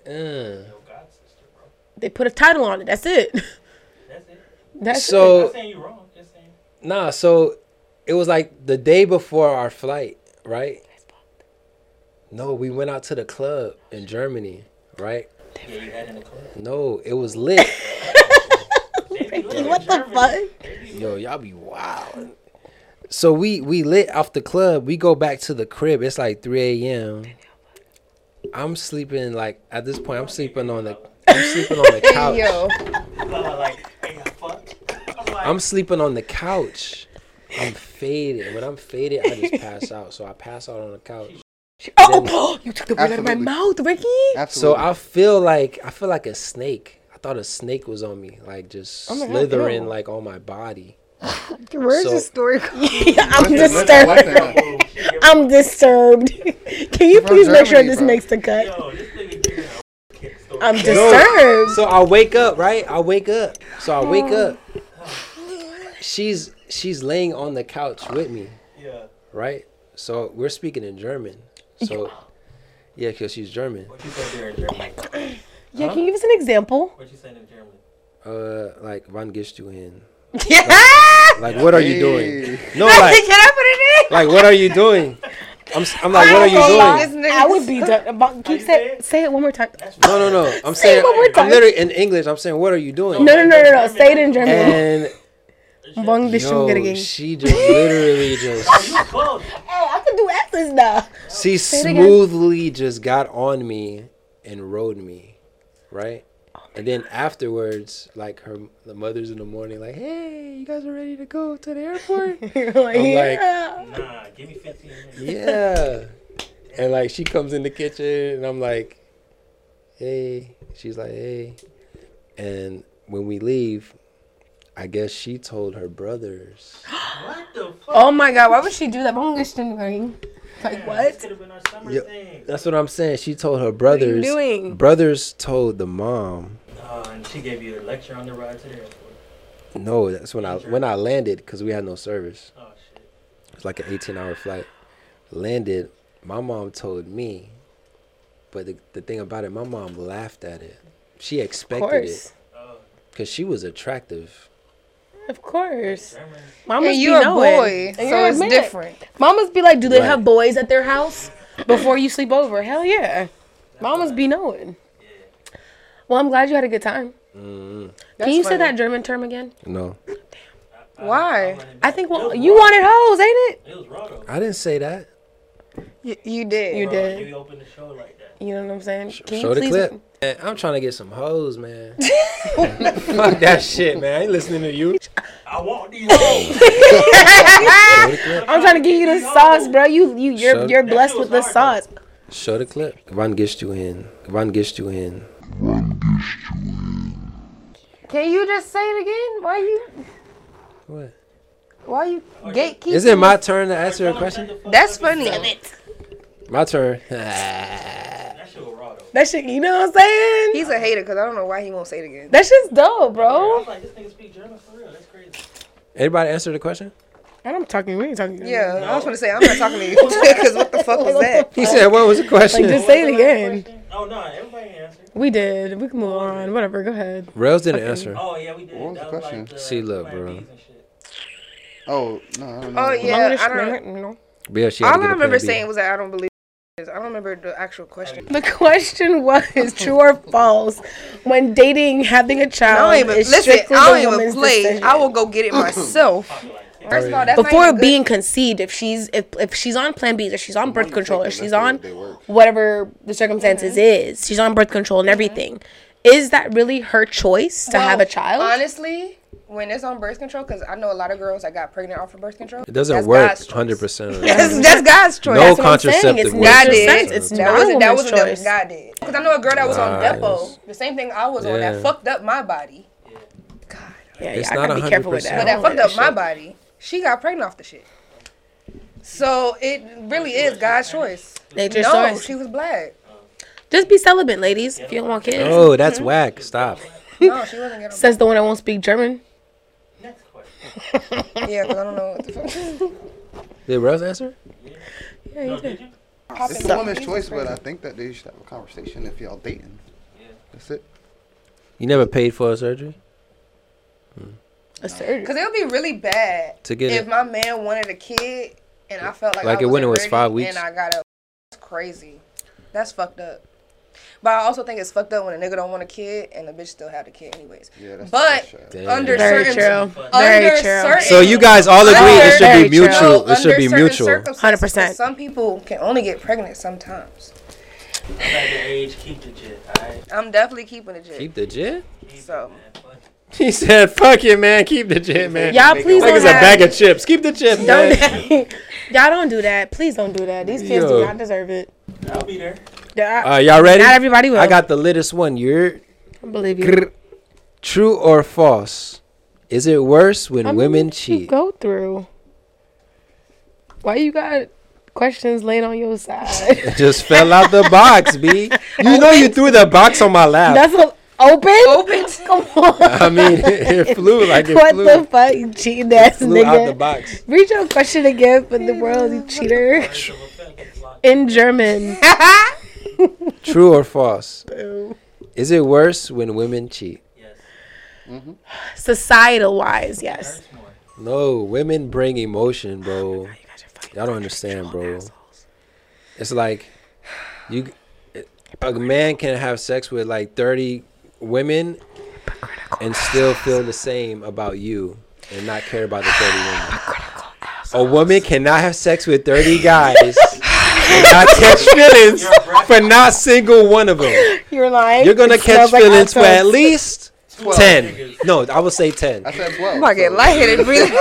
A: Uh.
F: Your god sister, bro.
B: They put a title on it. That's it.
F: That's it.
B: That's
A: So-
B: it.
F: I'm not saying you're wrong. Just saying.
A: Nah, so it was like the day before our flight, right? No, we went out to the club in Germany, right?
F: Yeah, you had in the club.
A: No, it was lit.
F: They be lit in
B: What the
F: Germany.
B: fuck?
A: Yo, y'all be wild. So we we lit off the club. We go back to the crib. It's like 3 a.m. I'm sleeping like at this point. I'm sleeping on the I'm sleeping on the couch.
C: Yo,
F: I'm like, hey, I fucked. I'm like,
A: I'm sleeping on the couch. I'm faded. When I'm faded, I just pass out. So I pass out on the couch.
B: Oh, oh, you took the word out of my
D: Absolutely.
B: mouth, Ricky.
A: So
D: Absolutely.
A: I feel like I feel like a snake. I thought a snake was on me, like just
B: my God,
A: slithering
B: ew.
A: like on my body.
C: where's
A: So-
C: this story?
B: I'm
D: Listen, listen,
B: disturbed.
D: listen.
F: oh, shit,
B: I'm disturbed. Can you
D: From
B: please make sure
D: Germany,
B: this
D: bro.
B: makes the cut?
F: yo, this nigga giving a kid story.
B: I'm
A: No.
B: disturbed.
A: So I wake up, right? I wake up. So I wake up. She's she's laying on the couch with me,
F: yeah.
A: right? So we're speaking in German. So yeah, because she's German.
F: What you said there in German?
B: Yeah, can you give us an example?
F: What you said in German?
A: Uh, like wann gehst du hin?
B: Yeah.
A: Like what are you doing?
D: Hey.
A: No, like
B: Can I put it in?
A: like what are you doing? I'm, s- I'm like, what are you
C: gonna lie.
A: doing?
C: This nigga-
B: I would be done. But
F: Are
B: keep
F: you
B: say,
F: dead?
B: say it one more time.
F: That's
A: No, no, no. I'm
B: Say
A: saying,
B: one more
A: I'm
B: time.
A: literally in English. I'm saying, what are you
F: Oh,
A: doing?
B: No, no, no, no, no. Say it in German.
A: And
B: Bong the
A: yo,
B: Shungerige.
A: she just literally just
F: Oh, you close.
B: Hey, I can do accents now.
A: she
B: it again.
A: smoothly just got on me and rode me, right?
B: Oh
A: And then afterwards, like her, the mother's in the morning, like, hey, you guys are ready to go to the airport?
B: You're like,
A: I'm like,
B: yeah.
F: Nah, give me 15 minutes.
A: yeah. And like she comes in the kitchen and I'm like, hey. She's like, hey. And when we leave, I guess she told her brothers.
F: What the fuck?
B: oh my god, why would she do that? Bong the Shungerige. Like
F: This
B: what?
F: could have been our summer
A: Yep.
F: thing.
A: That's what I'm saying. She told her
B: What are you
A: brothers.
B: doing?
A: Brothers told the mom.
F: Uh, and she gave you a lecture on the ride to the airport.
A: No, that's when I when I landed because we had no service.
F: Oh, shit.
A: It's like an 18 hour flight. Landed. My mom told me, but the, the thing about it, my mom laughed at it. She
B: Of
A: expected it.
B: course.
F: Oh,
A: Because she was attractive.
B: Of course.
F: grammar.
B: Mamas
C: And
B: be
C: you're a
B: knowing.
C: boy, so
B: And you're a
C: it's
B: man.
C: different.
B: Mamas be like, do they
A: Right.
B: have boys at their house before you sleep over? Hell yeah. Mamas be knowing. Well, I'm glad you had a good time.
A: Mm-hmm.
B: Can you say that German term again?
A: No.
C: Why?
B: I think well, you wanted hoes, ain't it?
F: It was raw, though.
A: I didn't say that.
C: Y- you did.
B: You did.
F: You opened the show like that.
B: You know what I'm saying? Can
A: Show
B: you
A: the clip. Man, I'm trying to get some hoes, man. Fuck that shit, man. I ain't listening to you.
F: I want these
A: Show
F: hoes.
A: the clip.
B: I'm trying to give you the sauce, bro. You you you're
A: Show-
B: you're blessed with the
F: That shit was
B: sauce.
A: Show the clip. Von Gishtu in. Von Gishtu in.
C: Can you just say it again? Why you?
A: What?
C: Why you gatekeeping?
A: Is it my turn to answer a
F: Tell 'em shut
A: question?
F: the fuck
C: That's
F: up and
C: funny.
F: tell 'em.
A: My turn.
F: That shit was raw, though.
B: That shit, you know what I'm saying?
C: He's a hater because I don't know why he won't say it again.
B: that shit's dope,
F: I
B: bro.
F: was like, this nigga speak German for real. That's crazy.
A: Everybody answer the question?
B: And I'm talking. We ain't talking.
C: Yeah, I was
F: No.
C: gonna say I'm not talking to you because what the fuck was that?
A: He said, what was the question?
B: Like,
F: What
B: just-
F: was
B: say it
F: the last
B: again.
F: question? Oh, no, everybody answered.
B: we did. We can move on. Whatever. Go ahead.
A: Rails didn't answer.
F: Oh, yeah, we did.
D: What was
F: that
D: the
F: was
D: question?
F: like the
A: See, look, bro.
F: Plan Bs and shit.
D: Oh no, I don't know.
C: Oh yeah, I don't.
B: know.
A: But yeah, she had to
C: All
A: get
C: I
A: a
C: remember
A: plan B.
C: saying was that I don't believe. this. I don't remember the actual question.
B: The question was true or false when dating having a
C: I
B: child
C: don't even
B: is
C: listen.
B: strictly
C: I
B: the
C: don't even
B: woman's
C: play.
B: decision.
C: I will go get it myself. First of all, that's not
B: Before
C: even good.
B: being conceived, if she's if, if she's on Plan B, or she's on birth control, or
D: that's
B: she's
D: the way
B: on
D: they work.
B: whatever the circumstances is, she's on birth control and everything. Is that really her choice to have a
C: Well,
B: child?
C: honestly, when it's on birth control, because I know a lot of girls that got pregnant off of birth control.
A: It doesn't
C: that's
A: work
C: God's choice.
A: 100% of the time.
C: That's, that's God's choice.
A: No
C: That's what I'm
B: saying. It's
A: contraceptive works.
B: not
C: God did.
B: It's
C: that
B: not a
C: wasn't that wasn't
B: woman's choice.
C: choice. God did. Because I know a girl that was on
A: Nice.
C: Depo, the same thing I was on
A: Yeah.
C: that fucked up my body. God,
B: yeah,
A: It's
B: yeah, I
A: not
B: gotta be careful with
A: 100%.
B: that.
C: but
A: But
C: that
B: Oh,
C: fucked up
B: yeah,
C: my
B: shit.
C: body. She got pregnant off the shit. So it really is God's choice.
B: Nature's
C: No,
B: choice.
C: she was black.
B: Just be celibate, ladies, if you don't want kids.
A: Oh, that's whack. Stop.
C: No, she wasn't getting.
B: Says the one that won't speak German.
F: Next question.
C: Yeah, because I don't know what the fuck.
A: Did Rails answer?
F: No, did you?
D: It's a woman's choice, but I think that they should have a conversation if y'all dating.
F: Yeah.
D: That's it.
A: You never paid for a surgery?
B: A surgery.
C: Because it would be really bad
A: To get
C: if
A: it.
C: my man wanted a kid and I felt like
A: Like
C: I
A: it when
C: wasn't
A: it was
C: ready
A: five weeks.
C: and I got a that's crazy. That's fucked up. But I also think it's fucked up when a nigga don't want a kid and the bitch still have the kid anyways.
D: Yeah, that's
C: But-
D: that's uh, trash.
A: Damn.
C: Under
B: Very
C: certain
B: true. Very
C: under
B: true.
C: certain
A: So you guys all agree it should
B: Very
A: be
B: true.
A: mutual.
C: under
A: It should be
C: certain
A: mutual.
C: circumstances,
B: 100%.
C: Some people can only get pregnant sometimes.
F: About your age, keep the shit, alright?
C: I'm definitely keeping a jig.
A: Keep the jit?
C: So
A: He said, fuck it, man. Keep the jit, man.
B: Y'all please
A: Like
B: don't
A: it's a
B: have,
A: bag of chips. Keep the chip,
B: don't,
A: man.
B: y'all don't do that. Please don't do that. These kids do
A: Yo.
B: not deserve it.
F: I'll be there.
B: Yeah, I,
A: Uh, y'all ready?
B: not everybody will.
A: I got the latest one. You're
B: I believe you.
A: Grr. True or false? Is it worse when
B: I mean,
A: women
B: what you
A: cheat?
B: go through. Why you got questions laid on your side?
A: It just fell out the box, B. You know you threw the box on my lap.
B: That's what open.
C: Open.
B: Come on.
A: I mean, it, flew like it
B: what
A: flew,
B: the fuck, you cheating ass
A: flew out the
B: nigga?
A: box.
B: Read your question again for the world, you cheater. In German.
A: True or false? Is it worse when women cheat?
F: Yes.
B: Societal wise, yes.
F: Hurts more.
A: No, women bring emotion, bro.
B: You guys are fucking
A: Y'all don't understand, bro.
B: assholes.
A: It's like you a man can have sex with like 30 women and still feel the same about you and not care about the 30 women. A woman cannot have sex with 30 guys and not catch feelings for not single one of them.
C: You're lying.
A: You're going to
C: It
A: catch
C: smells like
A: feelings for
C: alcohol.
A: at least 10. No, I would say 10.
D: Oh, I said 12.
C: I'm about to get lightheaded. Breathing.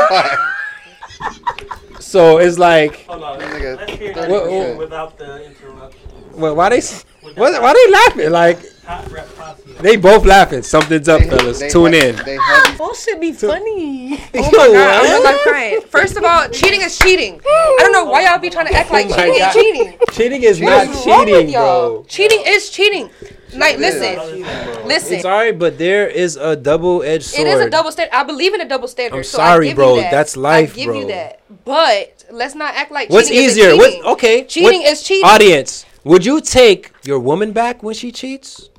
A: So it's like,
F: Hold on.
D: Nigga,
F: Let's hear
D: thirty
F: it
D: percent.
F: without the interruption.
A: well, why they s- why, why they laughing? Like
F: Hot rep posse.
A: they both laughing. Something's up,
D: They-
A: fellas.
D: they
A: Tune
D: have-
A: in.
D: They have
B: Bullshit be funny.
A: Oh
C: God, I'm not crying. First of all, cheating is cheating. I don't know why y'all be trying to act like
A: Oh my
C: cheating
A: God.
C: is cheating.
A: Cheating is
C: What's
A: not
C: wrong with
A: cheating,
C: y'all?
A: bro.
C: Cheating is cheating. Like,
D: is.
C: listen,
A: It's
C: listen.
A: all right, but there is a double-edged sword.
C: It is a double standard. I believe in a double standard.
A: I'm
C: so
A: sorry,
C: I give
A: bro.
C: You that.
A: That's life,
C: I give
A: bro.
C: you that. But let's not act like
A: What's
C: cheating
A: easier?
C: Is
A: What
C: cheating.
A: okay?
C: Cheating
A: what-
C: is cheating.
A: Audience, would you take your woman back when she cheats?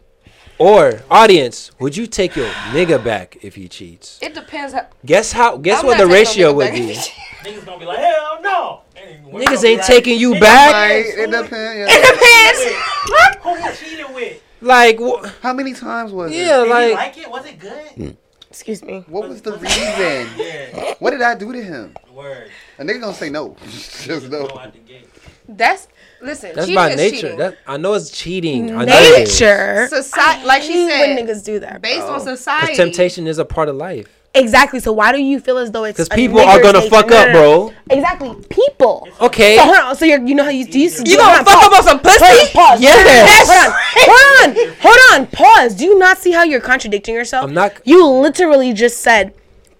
A: Or audience, would you take your nigga back if he cheats?
C: It depends. How,
A: Guess how? Guess
C: I'm
A: what the
C: not taking
A: ratio
C: no nigga
A: would
C: back.
A: be.
F: Niggas gonna be like, hell no. And we're gonna
A: Niggas
F: be
A: ain't
F: like,
A: taking you
F: "Nigga,
A: back.
D: Right, it depends.
C: it
D: Yeah.
C: depends.
F: Who you cheating with?
A: Like, wh-
D: How many times was
A: yeah,
D: it?
F: Did like, you
A: like
F: like it? Was it good?
B: Excuse me.
D: What was the reason?
F: Yeah.
D: What did I do to him?
F: Word.
D: A nigga gonna say no. Just
F: Go
D: no.
F: out the gate.
C: That's listen.
A: that's
C: cheating
A: by
C: is
A: nature.
C: cheating.
A: That, I know it's cheating. I know it is.
B: Nature.
C: Society, like she
B: Hate
C: said,
B: when niggas do that.
C: based
A: Oh.
C: on society.
A: 'Cause temptation is a part of life.
B: Exactly. So why do you feel as though it's?
A: Because
B: a
A: people are
B: nigger's
A: gonna
B: nature?
A: fuck
B: No,
A: up,
B: no, no.
A: bro.
B: Exactly. People.
A: Okay.
B: So hold on. So you're, you know how you, you used to do
C: You gonna
B: hold
C: fuck
B: on,
C: up on some
B: Pause.
C: pussy?
B: pause.
A: Yes.
B: Hold on. Hold on. Hold on. Pause. Do you not see how you're contradicting yourself?
A: I'm not-
B: You literally just said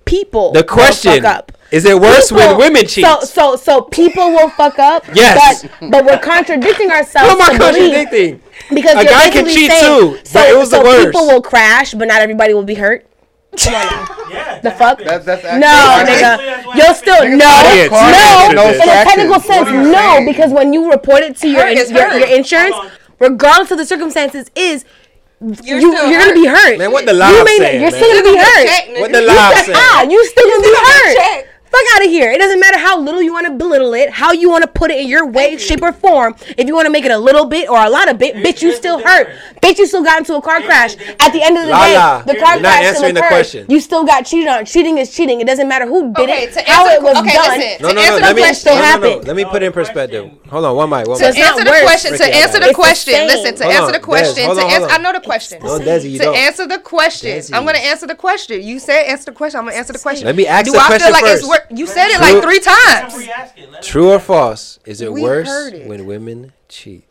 B: people.
A: The
B: will
A: question
B: Fuck up.
A: is: It worse when
B: People-
A: women cheat?
B: So, so, so people will fuck up.
A: Yes.
B: But, but we're contradicting ourselves.
A: What am I
B: to believe-
A: contradicting?
B: Because
A: A
B: you're
A: guy can
B: basically
A: cheat
B: saying-
A: too, but it was the worst.
B: People will crash, but not everybody will be hurt. Come on now.
F: Yeah.
B: The fuck?
D: That's that's actually
B: No,
D: I think-
B: nigga. You'll still
D: Niggas
B: no,
A: audience,
B: no.
A: niggas
B: In
A: no
B: a technical
D: factors. What
B: sense,
D: are you
B: no,
D: saying?
B: because when you report it to your
C: Hurt is
B: your,
C: hurt.
B: your insurance,
F: Hold on.
B: regardless of the circumstances, is
C: You're,
B: you
C: still
B: you're gonna be hurt.
A: Man, what the
B: you
A: live
B: may-
A: saying?
B: you're
A: man?
B: still gonna be hurt.
C: Check,
A: What
C: nigga.
A: the
C: You
A: live
B: That's how
A: saying?
B: you still gonna be
C: still gonna
B: hurt.
C: check.
B: Fuck out of here. It doesn't matter how little you want to belittle it, how you want to put it in your way, shape, or form. If you want to make it a little bit or a lot of bit, bitch, you
F: here's the
B: still hurt.
F: difference.
B: Bitch, you still got into a car crash. At the end of the
A: La
B: day,
A: la.
B: the
A: You're
B: car
A: not
B: crash
A: answering
B: still
A: the question.
B: occurred. You still got cheated on. Cheating is cheating. It doesn't matter who did
C: Okay,
B: it,
C: to
B: how
C: answer
B: it
C: the-
B: was
C: okay,
B: done.
C: listen.
A: No, no,
C: To
A: no.
C: answer
A: Let
C: the
A: me,
C: question-
A: no, no, no.
B: happened.
A: Let me put it in
F: No, the
A: perspective.
F: question-
A: Hold on, one mic, one
C: To
A: mic.
B: it's not
C: answer the
B: worse.
C: question, to
A: Ricky, I
C: answer
A: got
C: the
B: it.
C: question,
B: It's the
C: listen, to
A: same.
C: answer the
A: Hold on,
C: question,
A: hold
C: to
A: on,
C: answer,
A: hold
C: I
A: on.
C: know the question.
A: No, Desi, you
C: To
A: don't.
C: answer the question,
A: Desi.
C: I'm gonna answer the question. You said answer the question. I'm gonna answer the question.
A: Let me ask
C: Do
A: the
C: I
A: question
C: feel like
A: first.
C: it's worth? You said it
A: True.
C: like three
F: Don't
C: times.
F: re-ask it. Let
A: True or false? Is it
C: We
A: worse
C: heard it.
A: when women cheat?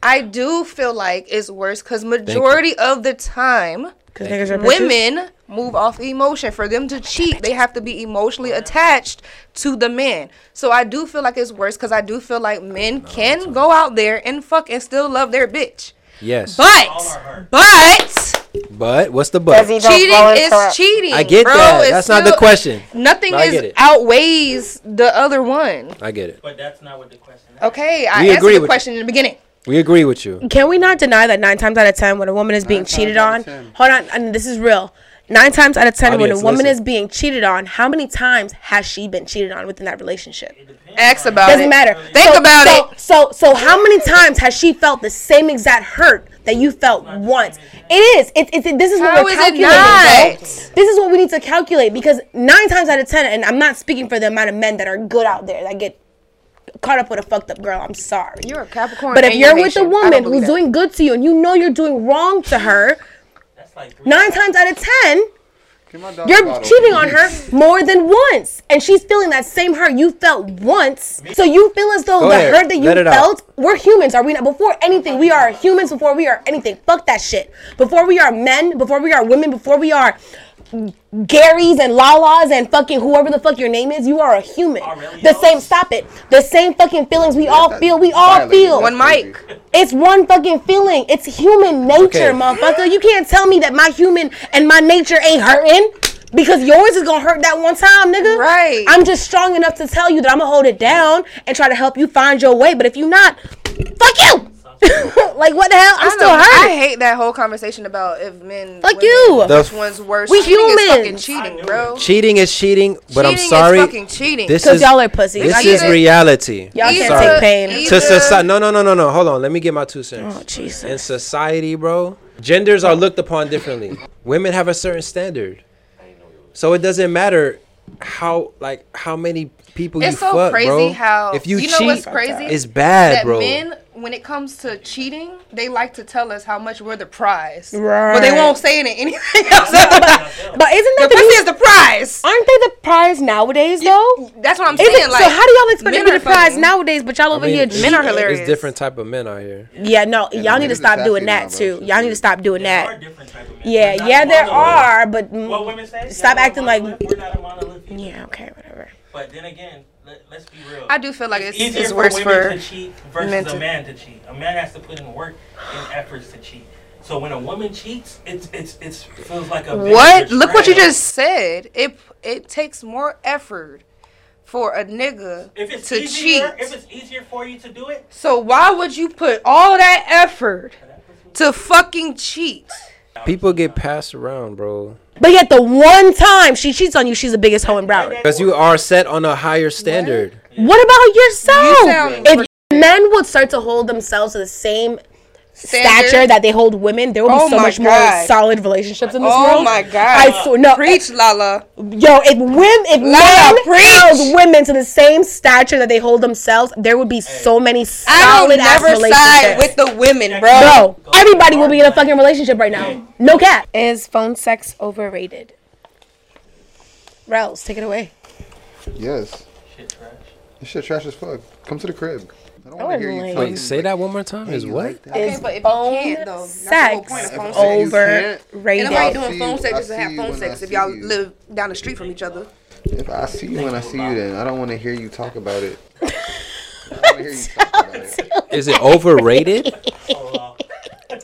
C: I do feel like it's worse because majority of the time,
B: Because niggas are bitches.
C: women move off emotion. For them to cheat, they have to be emotionally attached to the man. So I do feel like it's worse because I do feel like men can go out there and fuck and still love their bitch.
A: Yes.
F: All are
C: But,
F: hurt.
C: but.
A: But what's the but?
B: Desi, don't
C: cheating
B: fall into
C: is
B: that.
C: cheating.
A: I get
C: bro.
A: that.
C: It's
A: That's not the
C: still-
A: question.
C: Nothing
A: I get
C: is
A: it.
C: outweighs the other one.
A: I get it.
F: But that's not what the question is.
C: Okay, I
A: We
C: answered
A: agree
C: the
A: with
C: question in the beginning.
A: We agree with you.
B: Can we not deny that nine times out of ten, when a woman is being
D: times
B: cheated
D: out
B: on,
D: of 10.
B: hold on, and this is real. Nine times out of ten, when a
A: Audience,
B: woman
A: listen.
B: is being cheated on, how many times has she been cheated on within that relationship?
C: Ask about
B: Doesn't
C: it.
B: matter.
C: Think
B: So-
C: about
B: so,
C: it.
B: So, so how many times has she felt the same exact hurt that you felt once? It is. It's. It's. it- this is what
C: How
B: we're
C: is it
B: calculating.
C: not?
B: bro. This is what we need to calculate because nine times out of ten, and I'm not speaking for the amount of men that are good out there that get caught up with a fucked up girl. I'm sorry.
C: You're a Capricorn.
B: But if
C: and
B: you're with
C: Haitian.
B: a
C: I don't
B: woman
C: believe
B: who's
C: that.
B: doing good to you and you know you're doing wrong to her,
F: That's like three
B: nine times out of ten,
D: Give my dog a
B: you're
D: bottle.
B: cheating on her more than once. And she's feeling that same hurt you felt once. So you feel as though
A: Go
B: the
A: ahead.
B: hurt that you
A: Let it out.
B: felt, we're humans, are we not? Before anything, we are humans before we are anything. Fuck that shit. Before we are men, before we are women, before we are Gary's and Lala's and fucking whoever the fuck your name is, you are a human.
A: Oh,
F: Aurelio's?
B: The same, stop it. The same fucking feelings we all
D: That's
B: feel, we all
D: violating.
B: feel.
D: That's
C: One mic.
D: crazy.
B: It's one fucking feeling. It's human nature,
A: Okay.
B: motherfucker. You can't tell me that my human and my nature ain't hurting because yours is gonna hurt that one time, nigga.
C: Right.
B: I'm just strong enough to tell you that I'm gonna hold it down and try to help you find your way. But if you not, fuck you.
F: songs.
B: like what the hell? I'm
C: I
B: still
C: know,
B: hurt.
C: I hate that whole conversation about if men.
B: Fuck
C: women-
B: you.
A: The
C: Which
A: f-
C: one's worse?
B: We
C: cheating is fucking
B: humans.
F: I knew
C: cheating,
F: it.
C: bro.
A: Cheating is cheating, but I'm
C: Cheating is
A: sorry.
C: fucking cheating.
A: This
B: Because
A: is
B: y'all are pussies.
A: this
B: I
A: is
B: get it.
A: reality.
B: Y'all
A: I'm
B: can't
A: sorry.
B: take pain.
A: To society, no, no, no, no, no. Hold on, let me get my two cents.
B: Oh Jesus.
A: in society, bro, genders are looked upon differently. Women have a certain standard, so it doesn't matter how like how many people
C: It's
A: you
C: so
A: fuck,
C: crazy
A: bro.
C: how
A: if you,
C: you know
A: cheat,
C: what's crazy?
A: it's bad,
C: that
A: bro.
C: men, when it comes to cheating, they like to tell us how much we're the prize,
B: Right.
C: but they won't say it in anything else.
B: But isn't
C: the
B: that the,
C: pussy
B: new-
C: is the prize.
B: aren't they the prize nowadays though?
C: That's what I'm
B: Is
C: saying.
B: it-
C: like,
B: so how do y'all expect
C: men
B: them to be
C: are
B: the prize
C: fucking-
B: nowadays? But y'all
A: I
B: over
A: mean,
B: here.
A: it's-
C: men are
A: it's-
C: hilarious.
A: It's different type of men out here.
B: yeah, no,
D: Yeah,
B: y'all
D: the
B: need to
D: niggas
B: stop
D: is
B: doing
D: sassy
B: that
D: now,
B: too.
D: bro.
B: Y'all need to stop doing
F: There are
B: that.
F: different type of men.
B: Yeah,
F: We're not
B: yeah,
F: a
B: there
F: monolith.
B: are, but mm,
F: What women say?
B: Stop
F: Yeah, we're
B: acting
F: a
B: like-
F: monolith. we're not a monolith. either.
B: yeah, okay, whatever.
F: But then again, let, let's be real.
C: I do feel like it's,
F: easier
C: it's
F: for
C: worse for.
F: women to cheat versus
C: men
F: a
C: to-
F: man to cheat. A man has to put in work and efforts to cheat. So when a woman cheats, it's it's it's feels like a big
C: What? Look what you
F: betrayal.
C: just said. It it takes more effort for a nigga
F: If it's
C: to
F: easier,
C: cheat.
F: if it's easier for you to do it,
C: So why would you put all that effort to fucking cheat?
A: People get passed around, bro,
B: But yet the one time she cheats on you, she's the biggest hoe in Broward.
A: because you are set on a higher standard.
B: What about yourself?
C: You sound
B: if men would start to hold themselves to the same
C: Standard?
B: stature that they hold women, there would be
C: Oh
B: so
C: my
B: much more
C: God.
B: solid relationships in this
C: Oh
B: world.
C: my
B: I
C: god!
B: swear, no,
C: Preach, Lala.
B: yo, if women, if
C: Lala,
B: men
C: preach.
B: held women to the same stature that they hold themselves, there would be so many
C: I
B: solid
C: don't
B: ass
C: never side
B: relationships.
C: with the women, bro.
B: Bro, everybody would be in a fucking relationship right now. No cap. Is phone sex overrated? Rels, take it away.
D: Yes.
F: shit trash.
D: This shit trash as fuck. Come to the crib. I don't
B: I
D: want to hear you
B: wouldn't
D: tell
B: like-
A: Wait,
D: me
A: say
D: like,
A: that one more time.
D: hey,
A: Is
D: you
A: what?
D: like that?
B: Is
C: Okay, but if you
B: phone
C: can't, though, that's the whole
B: sex
C: point of phone
D: sex.
C: And
B: overrated?
C: I'm not
D: I see
C: doing phone
D: you-
C: sex
D: I
C: just to
D: see
C: have
D: you
C: phone
D: when I
C: sex if
D: see
C: y'all
D: you.
C: live down the street from each other.
D: If I see you when I see you, then I don't want to hear you talk about it. I don't want to hear you talk about it.
A: Is it overrated?
F: Oh, uh,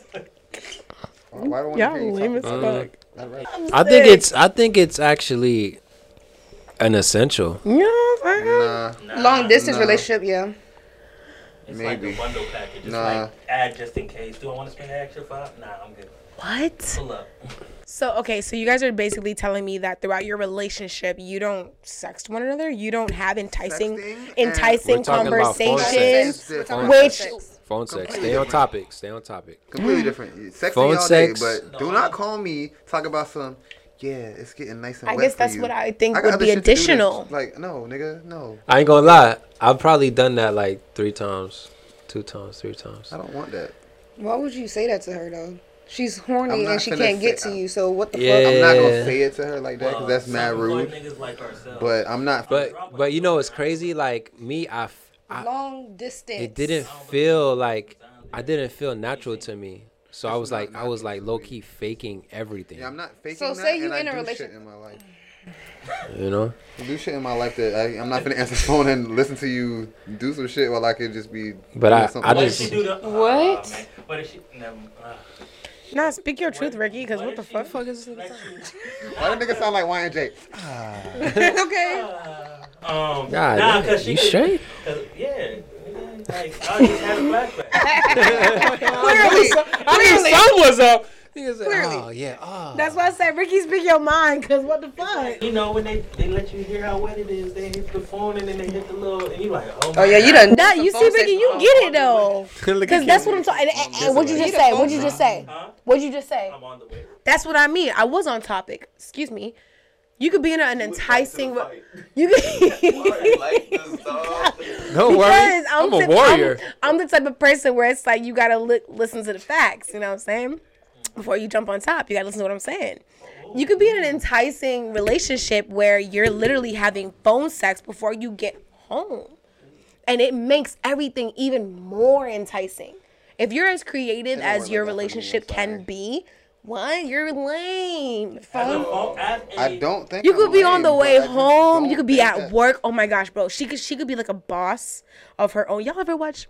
D: Why do I want to hear you talk about it? I'd rather-
A: I think it's. I think it's actually an essential.
D: Nah,
C: Long distance
D: Nah.
C: relationship, yeah.
F: it's
D: Maybe.
F: like a bundle package. It's
D: Nah.
F: like add just in case. Do I want to spend the extra five? Nah, I'm good.
B: What?
F: Pull up.
B: So okay, so you guys are basically telling me that throughout your relationship, you don't sext one another, you don't have enticing,
D: Sexting and-
A: We're
B: enticing
A: talking about phone
B: conversations.
D: sex.
B: Which-
A: Phone sex. Stay on topic. Stay on topic.
D: completely different. Sex
A: Phone
D: all
A: sex.
D: day, but do not call me talk about some. Yeah, it's getting nice and
B: I
D: wet
B: guess
D: for
B: that's
D: you.
B: what I think
D: got
B: would
D: other
B: be
D: shit to do that's-
B: additional.
D: Like, no, nigga, no.
A: I ain't gonna lie. I've probably done that like three times, two times, three times.
D: I don't want that.
C: Why would you say that to her though? She's
D: I'm
C: horny
D: not
C: and she
D: finna
C: can't
D: say-
C: get to you. So what the
A: Yeah.
D: I'm not
A: Yeah.
D: gonna say it to her like that because
F: Well,
D: that's mad
F: some
D: rude.
F: Niggas like ourselves.
D: But I'm not.
A: But but you know it's crazy. Like me, I, f-
C: fuck?
A: I-
C: Long distance.
A: it didn't feel like I didn't feel natural to me. So I was like I was like low key faking everything.
D: yeah, I'm not faking
C: So
D: that.
C: say you
D: and I
C: in a
D: do
C: relation-
D: shit in my life.
A: You know.
D: I do shit in my life that I, I'm not gonna answer the phone and listen to you do some shit while I could just be.
A: But
D: doing
A: I-
D: something
A: I
F: What if
A: just-
F: she do the?
C: What?
F: Oh, man. What if she? Never, uh,
B: Nah, speak your truth, Ricky, because what,
F: if
B: the
F: she
B: fuck?
A: is
F: let you-
D: Why that nigga sound like Y&J?
C: okay.
A: God,
F: Um, nah,
A: damn,
F: cause she
A: you
F: could-
A: straight?
F: Cause, yeah. Like, I just had a flashback.
C: Clearly, clearly.
A: was up. He was like,
C: Clearly.
A: oh yeah, oh.
B: That's why I said Ricky, speak your mind, because what the fuck?
F: You know, when they, they let you hear how wet it is, they hit the phone and then they hit the little, and you like, oh, my
C: Oh yeah, you
F: God.
C: done.
B: That you see, Ricky, you get it though,
A: Look at
B: because that's what I'm talking. What'd you
D: He
B: just
C: the
B: say?
C: phone
B: What'd you just say?
F: Huh?
B: What'd you just say?
F: I'm on the way.
B: That's what I mean. I was on topic. Excuse me. You could be in a- an enticing. Re- you could.
E: like this dog.
A: Don't worry,
B: Because I'm,
A: I'm a
B: the-
A: warrior.
B: I'm, I'm the type of person where it's like you gotta li- listen to the facts. You know what I'm saying? Before you jump on top, you gotta listen to what I'm saying. You could be in an enticing relationship where you're literally having phone sex before you get home, and it makes everything even more enticing. If you're as creative
D: don't work like
B: as your
D: that for me, I'm
B: relationship can
D: sorry.
B: be, what you're lame.
F: As a phone, as a,
D: I don't think
B: You
D: I'm
B: could be on
D: lame,
B: the
D: but
B: way
D: I just
B: home.
D: don't
B: You could be
D: think
B: at
D: that-
B: work. Oh my gosh, bro. She could she could be like a boss of her own. Y'all ever watch?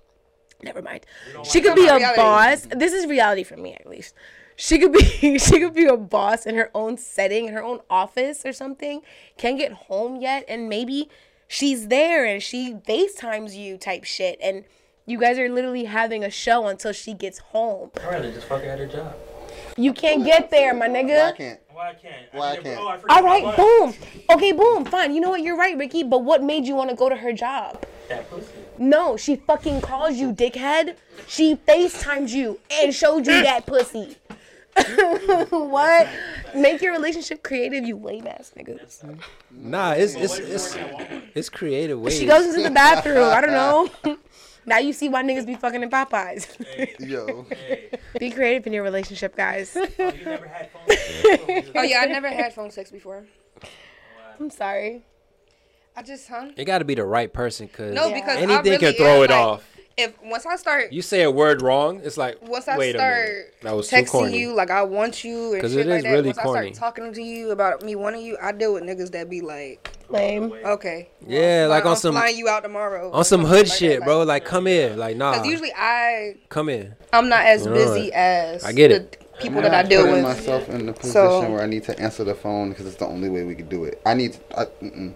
B: Never mind. She could be a
C: Reality.
B: boss. This is reality for me at least. She could be she could be a boss in her own setting, in her own office or something. Can't get home yet, and maybe she's there and she FaceTimes you type shit and You guys are literally having a show until she gets home.
F: I'd rather just fuck her at her job.
B: You can't get there, my
D: Why I
B: nigga.
D: can't.
F: Why I can't?
D: Why I
F: never-
D: can't?
F: Oh, I forgot
B: All
F: my
B: right,
F: button.
B: boom. Okay, boom. Fine. You know what? You're right, Ricky. But what made you want to go to her job?
F: That pussy.
B: No, she fucking calls you, dickhead. She FaceTimed you and showed you that pussy. what? Make your relationship creative, you lame ass nigga.
A: Nah, it's it's it's it's creative ways.
B: She goes into the bathroom. I don't know. now you see why niggas be fucking in Popeyes.
D: Yo.
B: be creative in your relationship, guys.
F: Oh, you never had phone sex?
C: Oh yeah, I never had phone sex before.
B: I'm sorry.
C: I just huh?
A: It got to be the right person, cause
C: No, because I
A: anything can
C: really
A: throw
C: am,
A: it
C: like-
A: off.
C: If once I start
A: You say a word wrong, it's like
C: once I
A: wait a minute.
C: start
A: That was too
C: texting
A: corny.
C: you like I want you and
A: 'Cause it
C: shit
A: is
C: like that,
A: really
C: once I
A: corny.
C: start talking to you about me wanting you, I deal with niggas that be like,
B: Lame.
C: okay,
A: yeah, like
C: I'm
A: on some
C: flying you out tomorrow
A: on some hood
C: that,
A: shit,
C: like-
A: bro. Like come here, like nah,
C: Because usually I
A: come here.
C: I'm not as
A: Right.
C: busy as
A: I get
C: the
A: it.
C: people
D: I'm
C: that I
D: not
C: deal
D: putting
C: with.
D: myself in the position
C: So-
D: where I need to answer the phone because it's the only way we could do it. I need. To, I, mm-mm.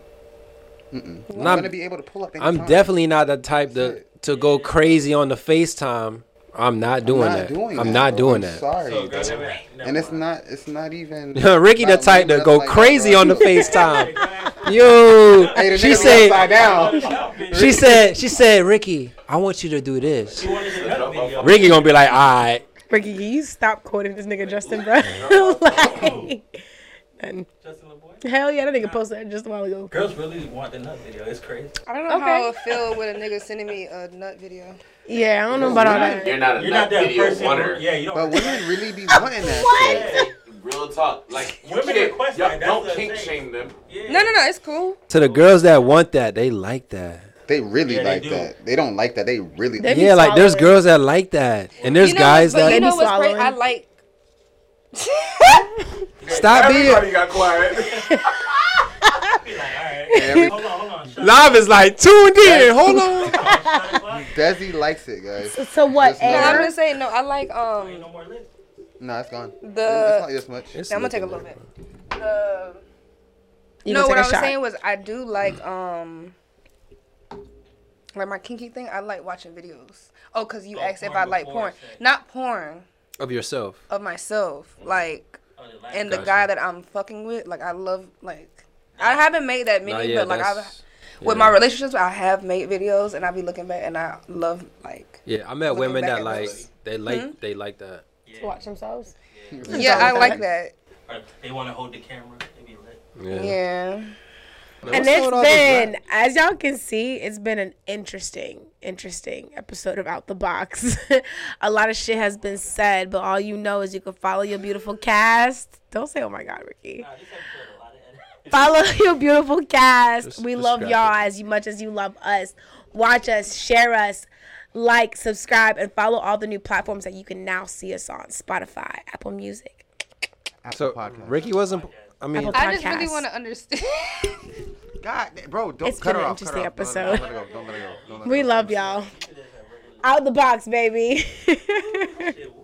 D: Mm-mm. I'm
A: Nah,
D: gonna be able to pull up.
A: I'm
D: anytime.
A: definitely not the type to to go crazy on the FaceTime. I'm not doing
D: not
A: that.
D: doing
A: I'm
D: that,
A: not
D: bro.
A: doing
D: I'm
A: that.
D: Sorry,
F: So, girl,
D: though.
F: never had- never
D: and it's
F: mind.
D: not. It's not even.
A: Ricky the
D: about
A: type
D: me,
A: to
D: but
A: go
D: it's like,
A: crazy
D: bro,
A: on the
D: you-
A: FaceTime.
F: Exactly.
D: Hey,
A: Yo,
D: the
A: she
D: nigga
A: said.
D: upside down.
A: She said. She said, Ricky, I want you to do this.
F: You wanted another video.
A: Ricky gonna be like, all right.
B: Ricky, can you stop quoting this nigga Justin, bro? like, and
F: Justin LaBoy?
B: hell yeah, that nigga posted that just a while ago.
F: Girls really want the nut video. It's crazy.
C: I don't know how it feel with a nigga sending me a nut video.
B: Yeah, I don't know about all that.
E: You're not a
F: You're
E: nut
F: not that
E: video
F: person.
E: wanter.
F: Yeah, you don't.
D: But women really be wanting that. shit.
E: Real talk. Like you
F: Women
E: can't-
F: request
E: y'all
F: that, that's
E: Don't
F: the
E: kink
F: thing.
E: shame them.
F: yeah.
C: No, no, no, it's cool.
A: To the girls that want that, they like that.
D: They really
F: Yeah, they
D: like
F: do.
D: that. They don't like that. They really.
B: They- They
A: Yeah, like there's
B: swallowing.
A: girls that like that, and there's
C: You know,
A: guys
C: but
A: that
C: you
B: They
C: know
B: be
C: what's great? I
B: swallowing.
C: like.
A: stop being.
E: Everybody got quiet.
F: Be like, all right.
D: every-
F: Hold on, hold on. Shut
A: Live is like tuned in. Hold on.
F: the fuck.
D: Desi likes it, guys.
B: So what?
D: Just not-
C: No, I'm
B: Air?
C: just saying. No, I like
F: Ain't
C: um
F: no more lit.
D: No, it's gone. It's not
C: the.
D: this much.
C: I'm gonna take a little bit. The.
B: You
C: no, what
B: gonna take
C: I
B: a
C: was
B: shot.
C: saying was I do like um like my kinky thing. I like watching videos. Oh, cause you
F: Oh,
C: asked if
F: porn
C: I like
F: before
C: porn,
F: sex.
C: not porn
A: Of yourself.
C: of myself. Like
F: Oh, the last
C: and
F: guy.
C: the guy that I'm fucking with, like I love like I haven't made that many, but like I've with my relationships, I have made videos and I be looking back and I love like
A: Yeah, I met
C: Looking
A: women
C: back
A: that
C: at
A: like
C: those.
A: they like they like that.
F: Yeah.
B: To watch themselves.
C: yeah,
B: all
C: I
B: the
C: like
B: time.
C: that.
F: Or They want to hold the camera. They be lit.
A: Yeah.
C: Yeah.
B: And it's been, as y'all can see, it's been an interesting, interesting episode of Out the Box. a lot of shit has been said, but all you know is you can follow your beautiful cast. Don't say, oh my God, Ricky.
F: Nah, this episode a lot of editing.
B: Follow your beautiful cast.
A: Just-
B: we
A: just
B: love
A: scrap
B: y'all as much as you love us. Watch us, share us, like, subscribe, and follow all the new platforms that you can now see us on Spotify, Apple Music.
A: So Ricky wasn't. I mean,
B: Apple-
C: I just really
B: Podcast.
C: want to understand.
D: God, bro, don't
B: It's
D: cut
B: been
D: her
B: an
D: off. cut her
B: interesting
D: off. Don't let her go, don't let her go, don't let her go, don't let her
B: We
D: go.
B: love y'all. Out the box, baby.
F: Shit,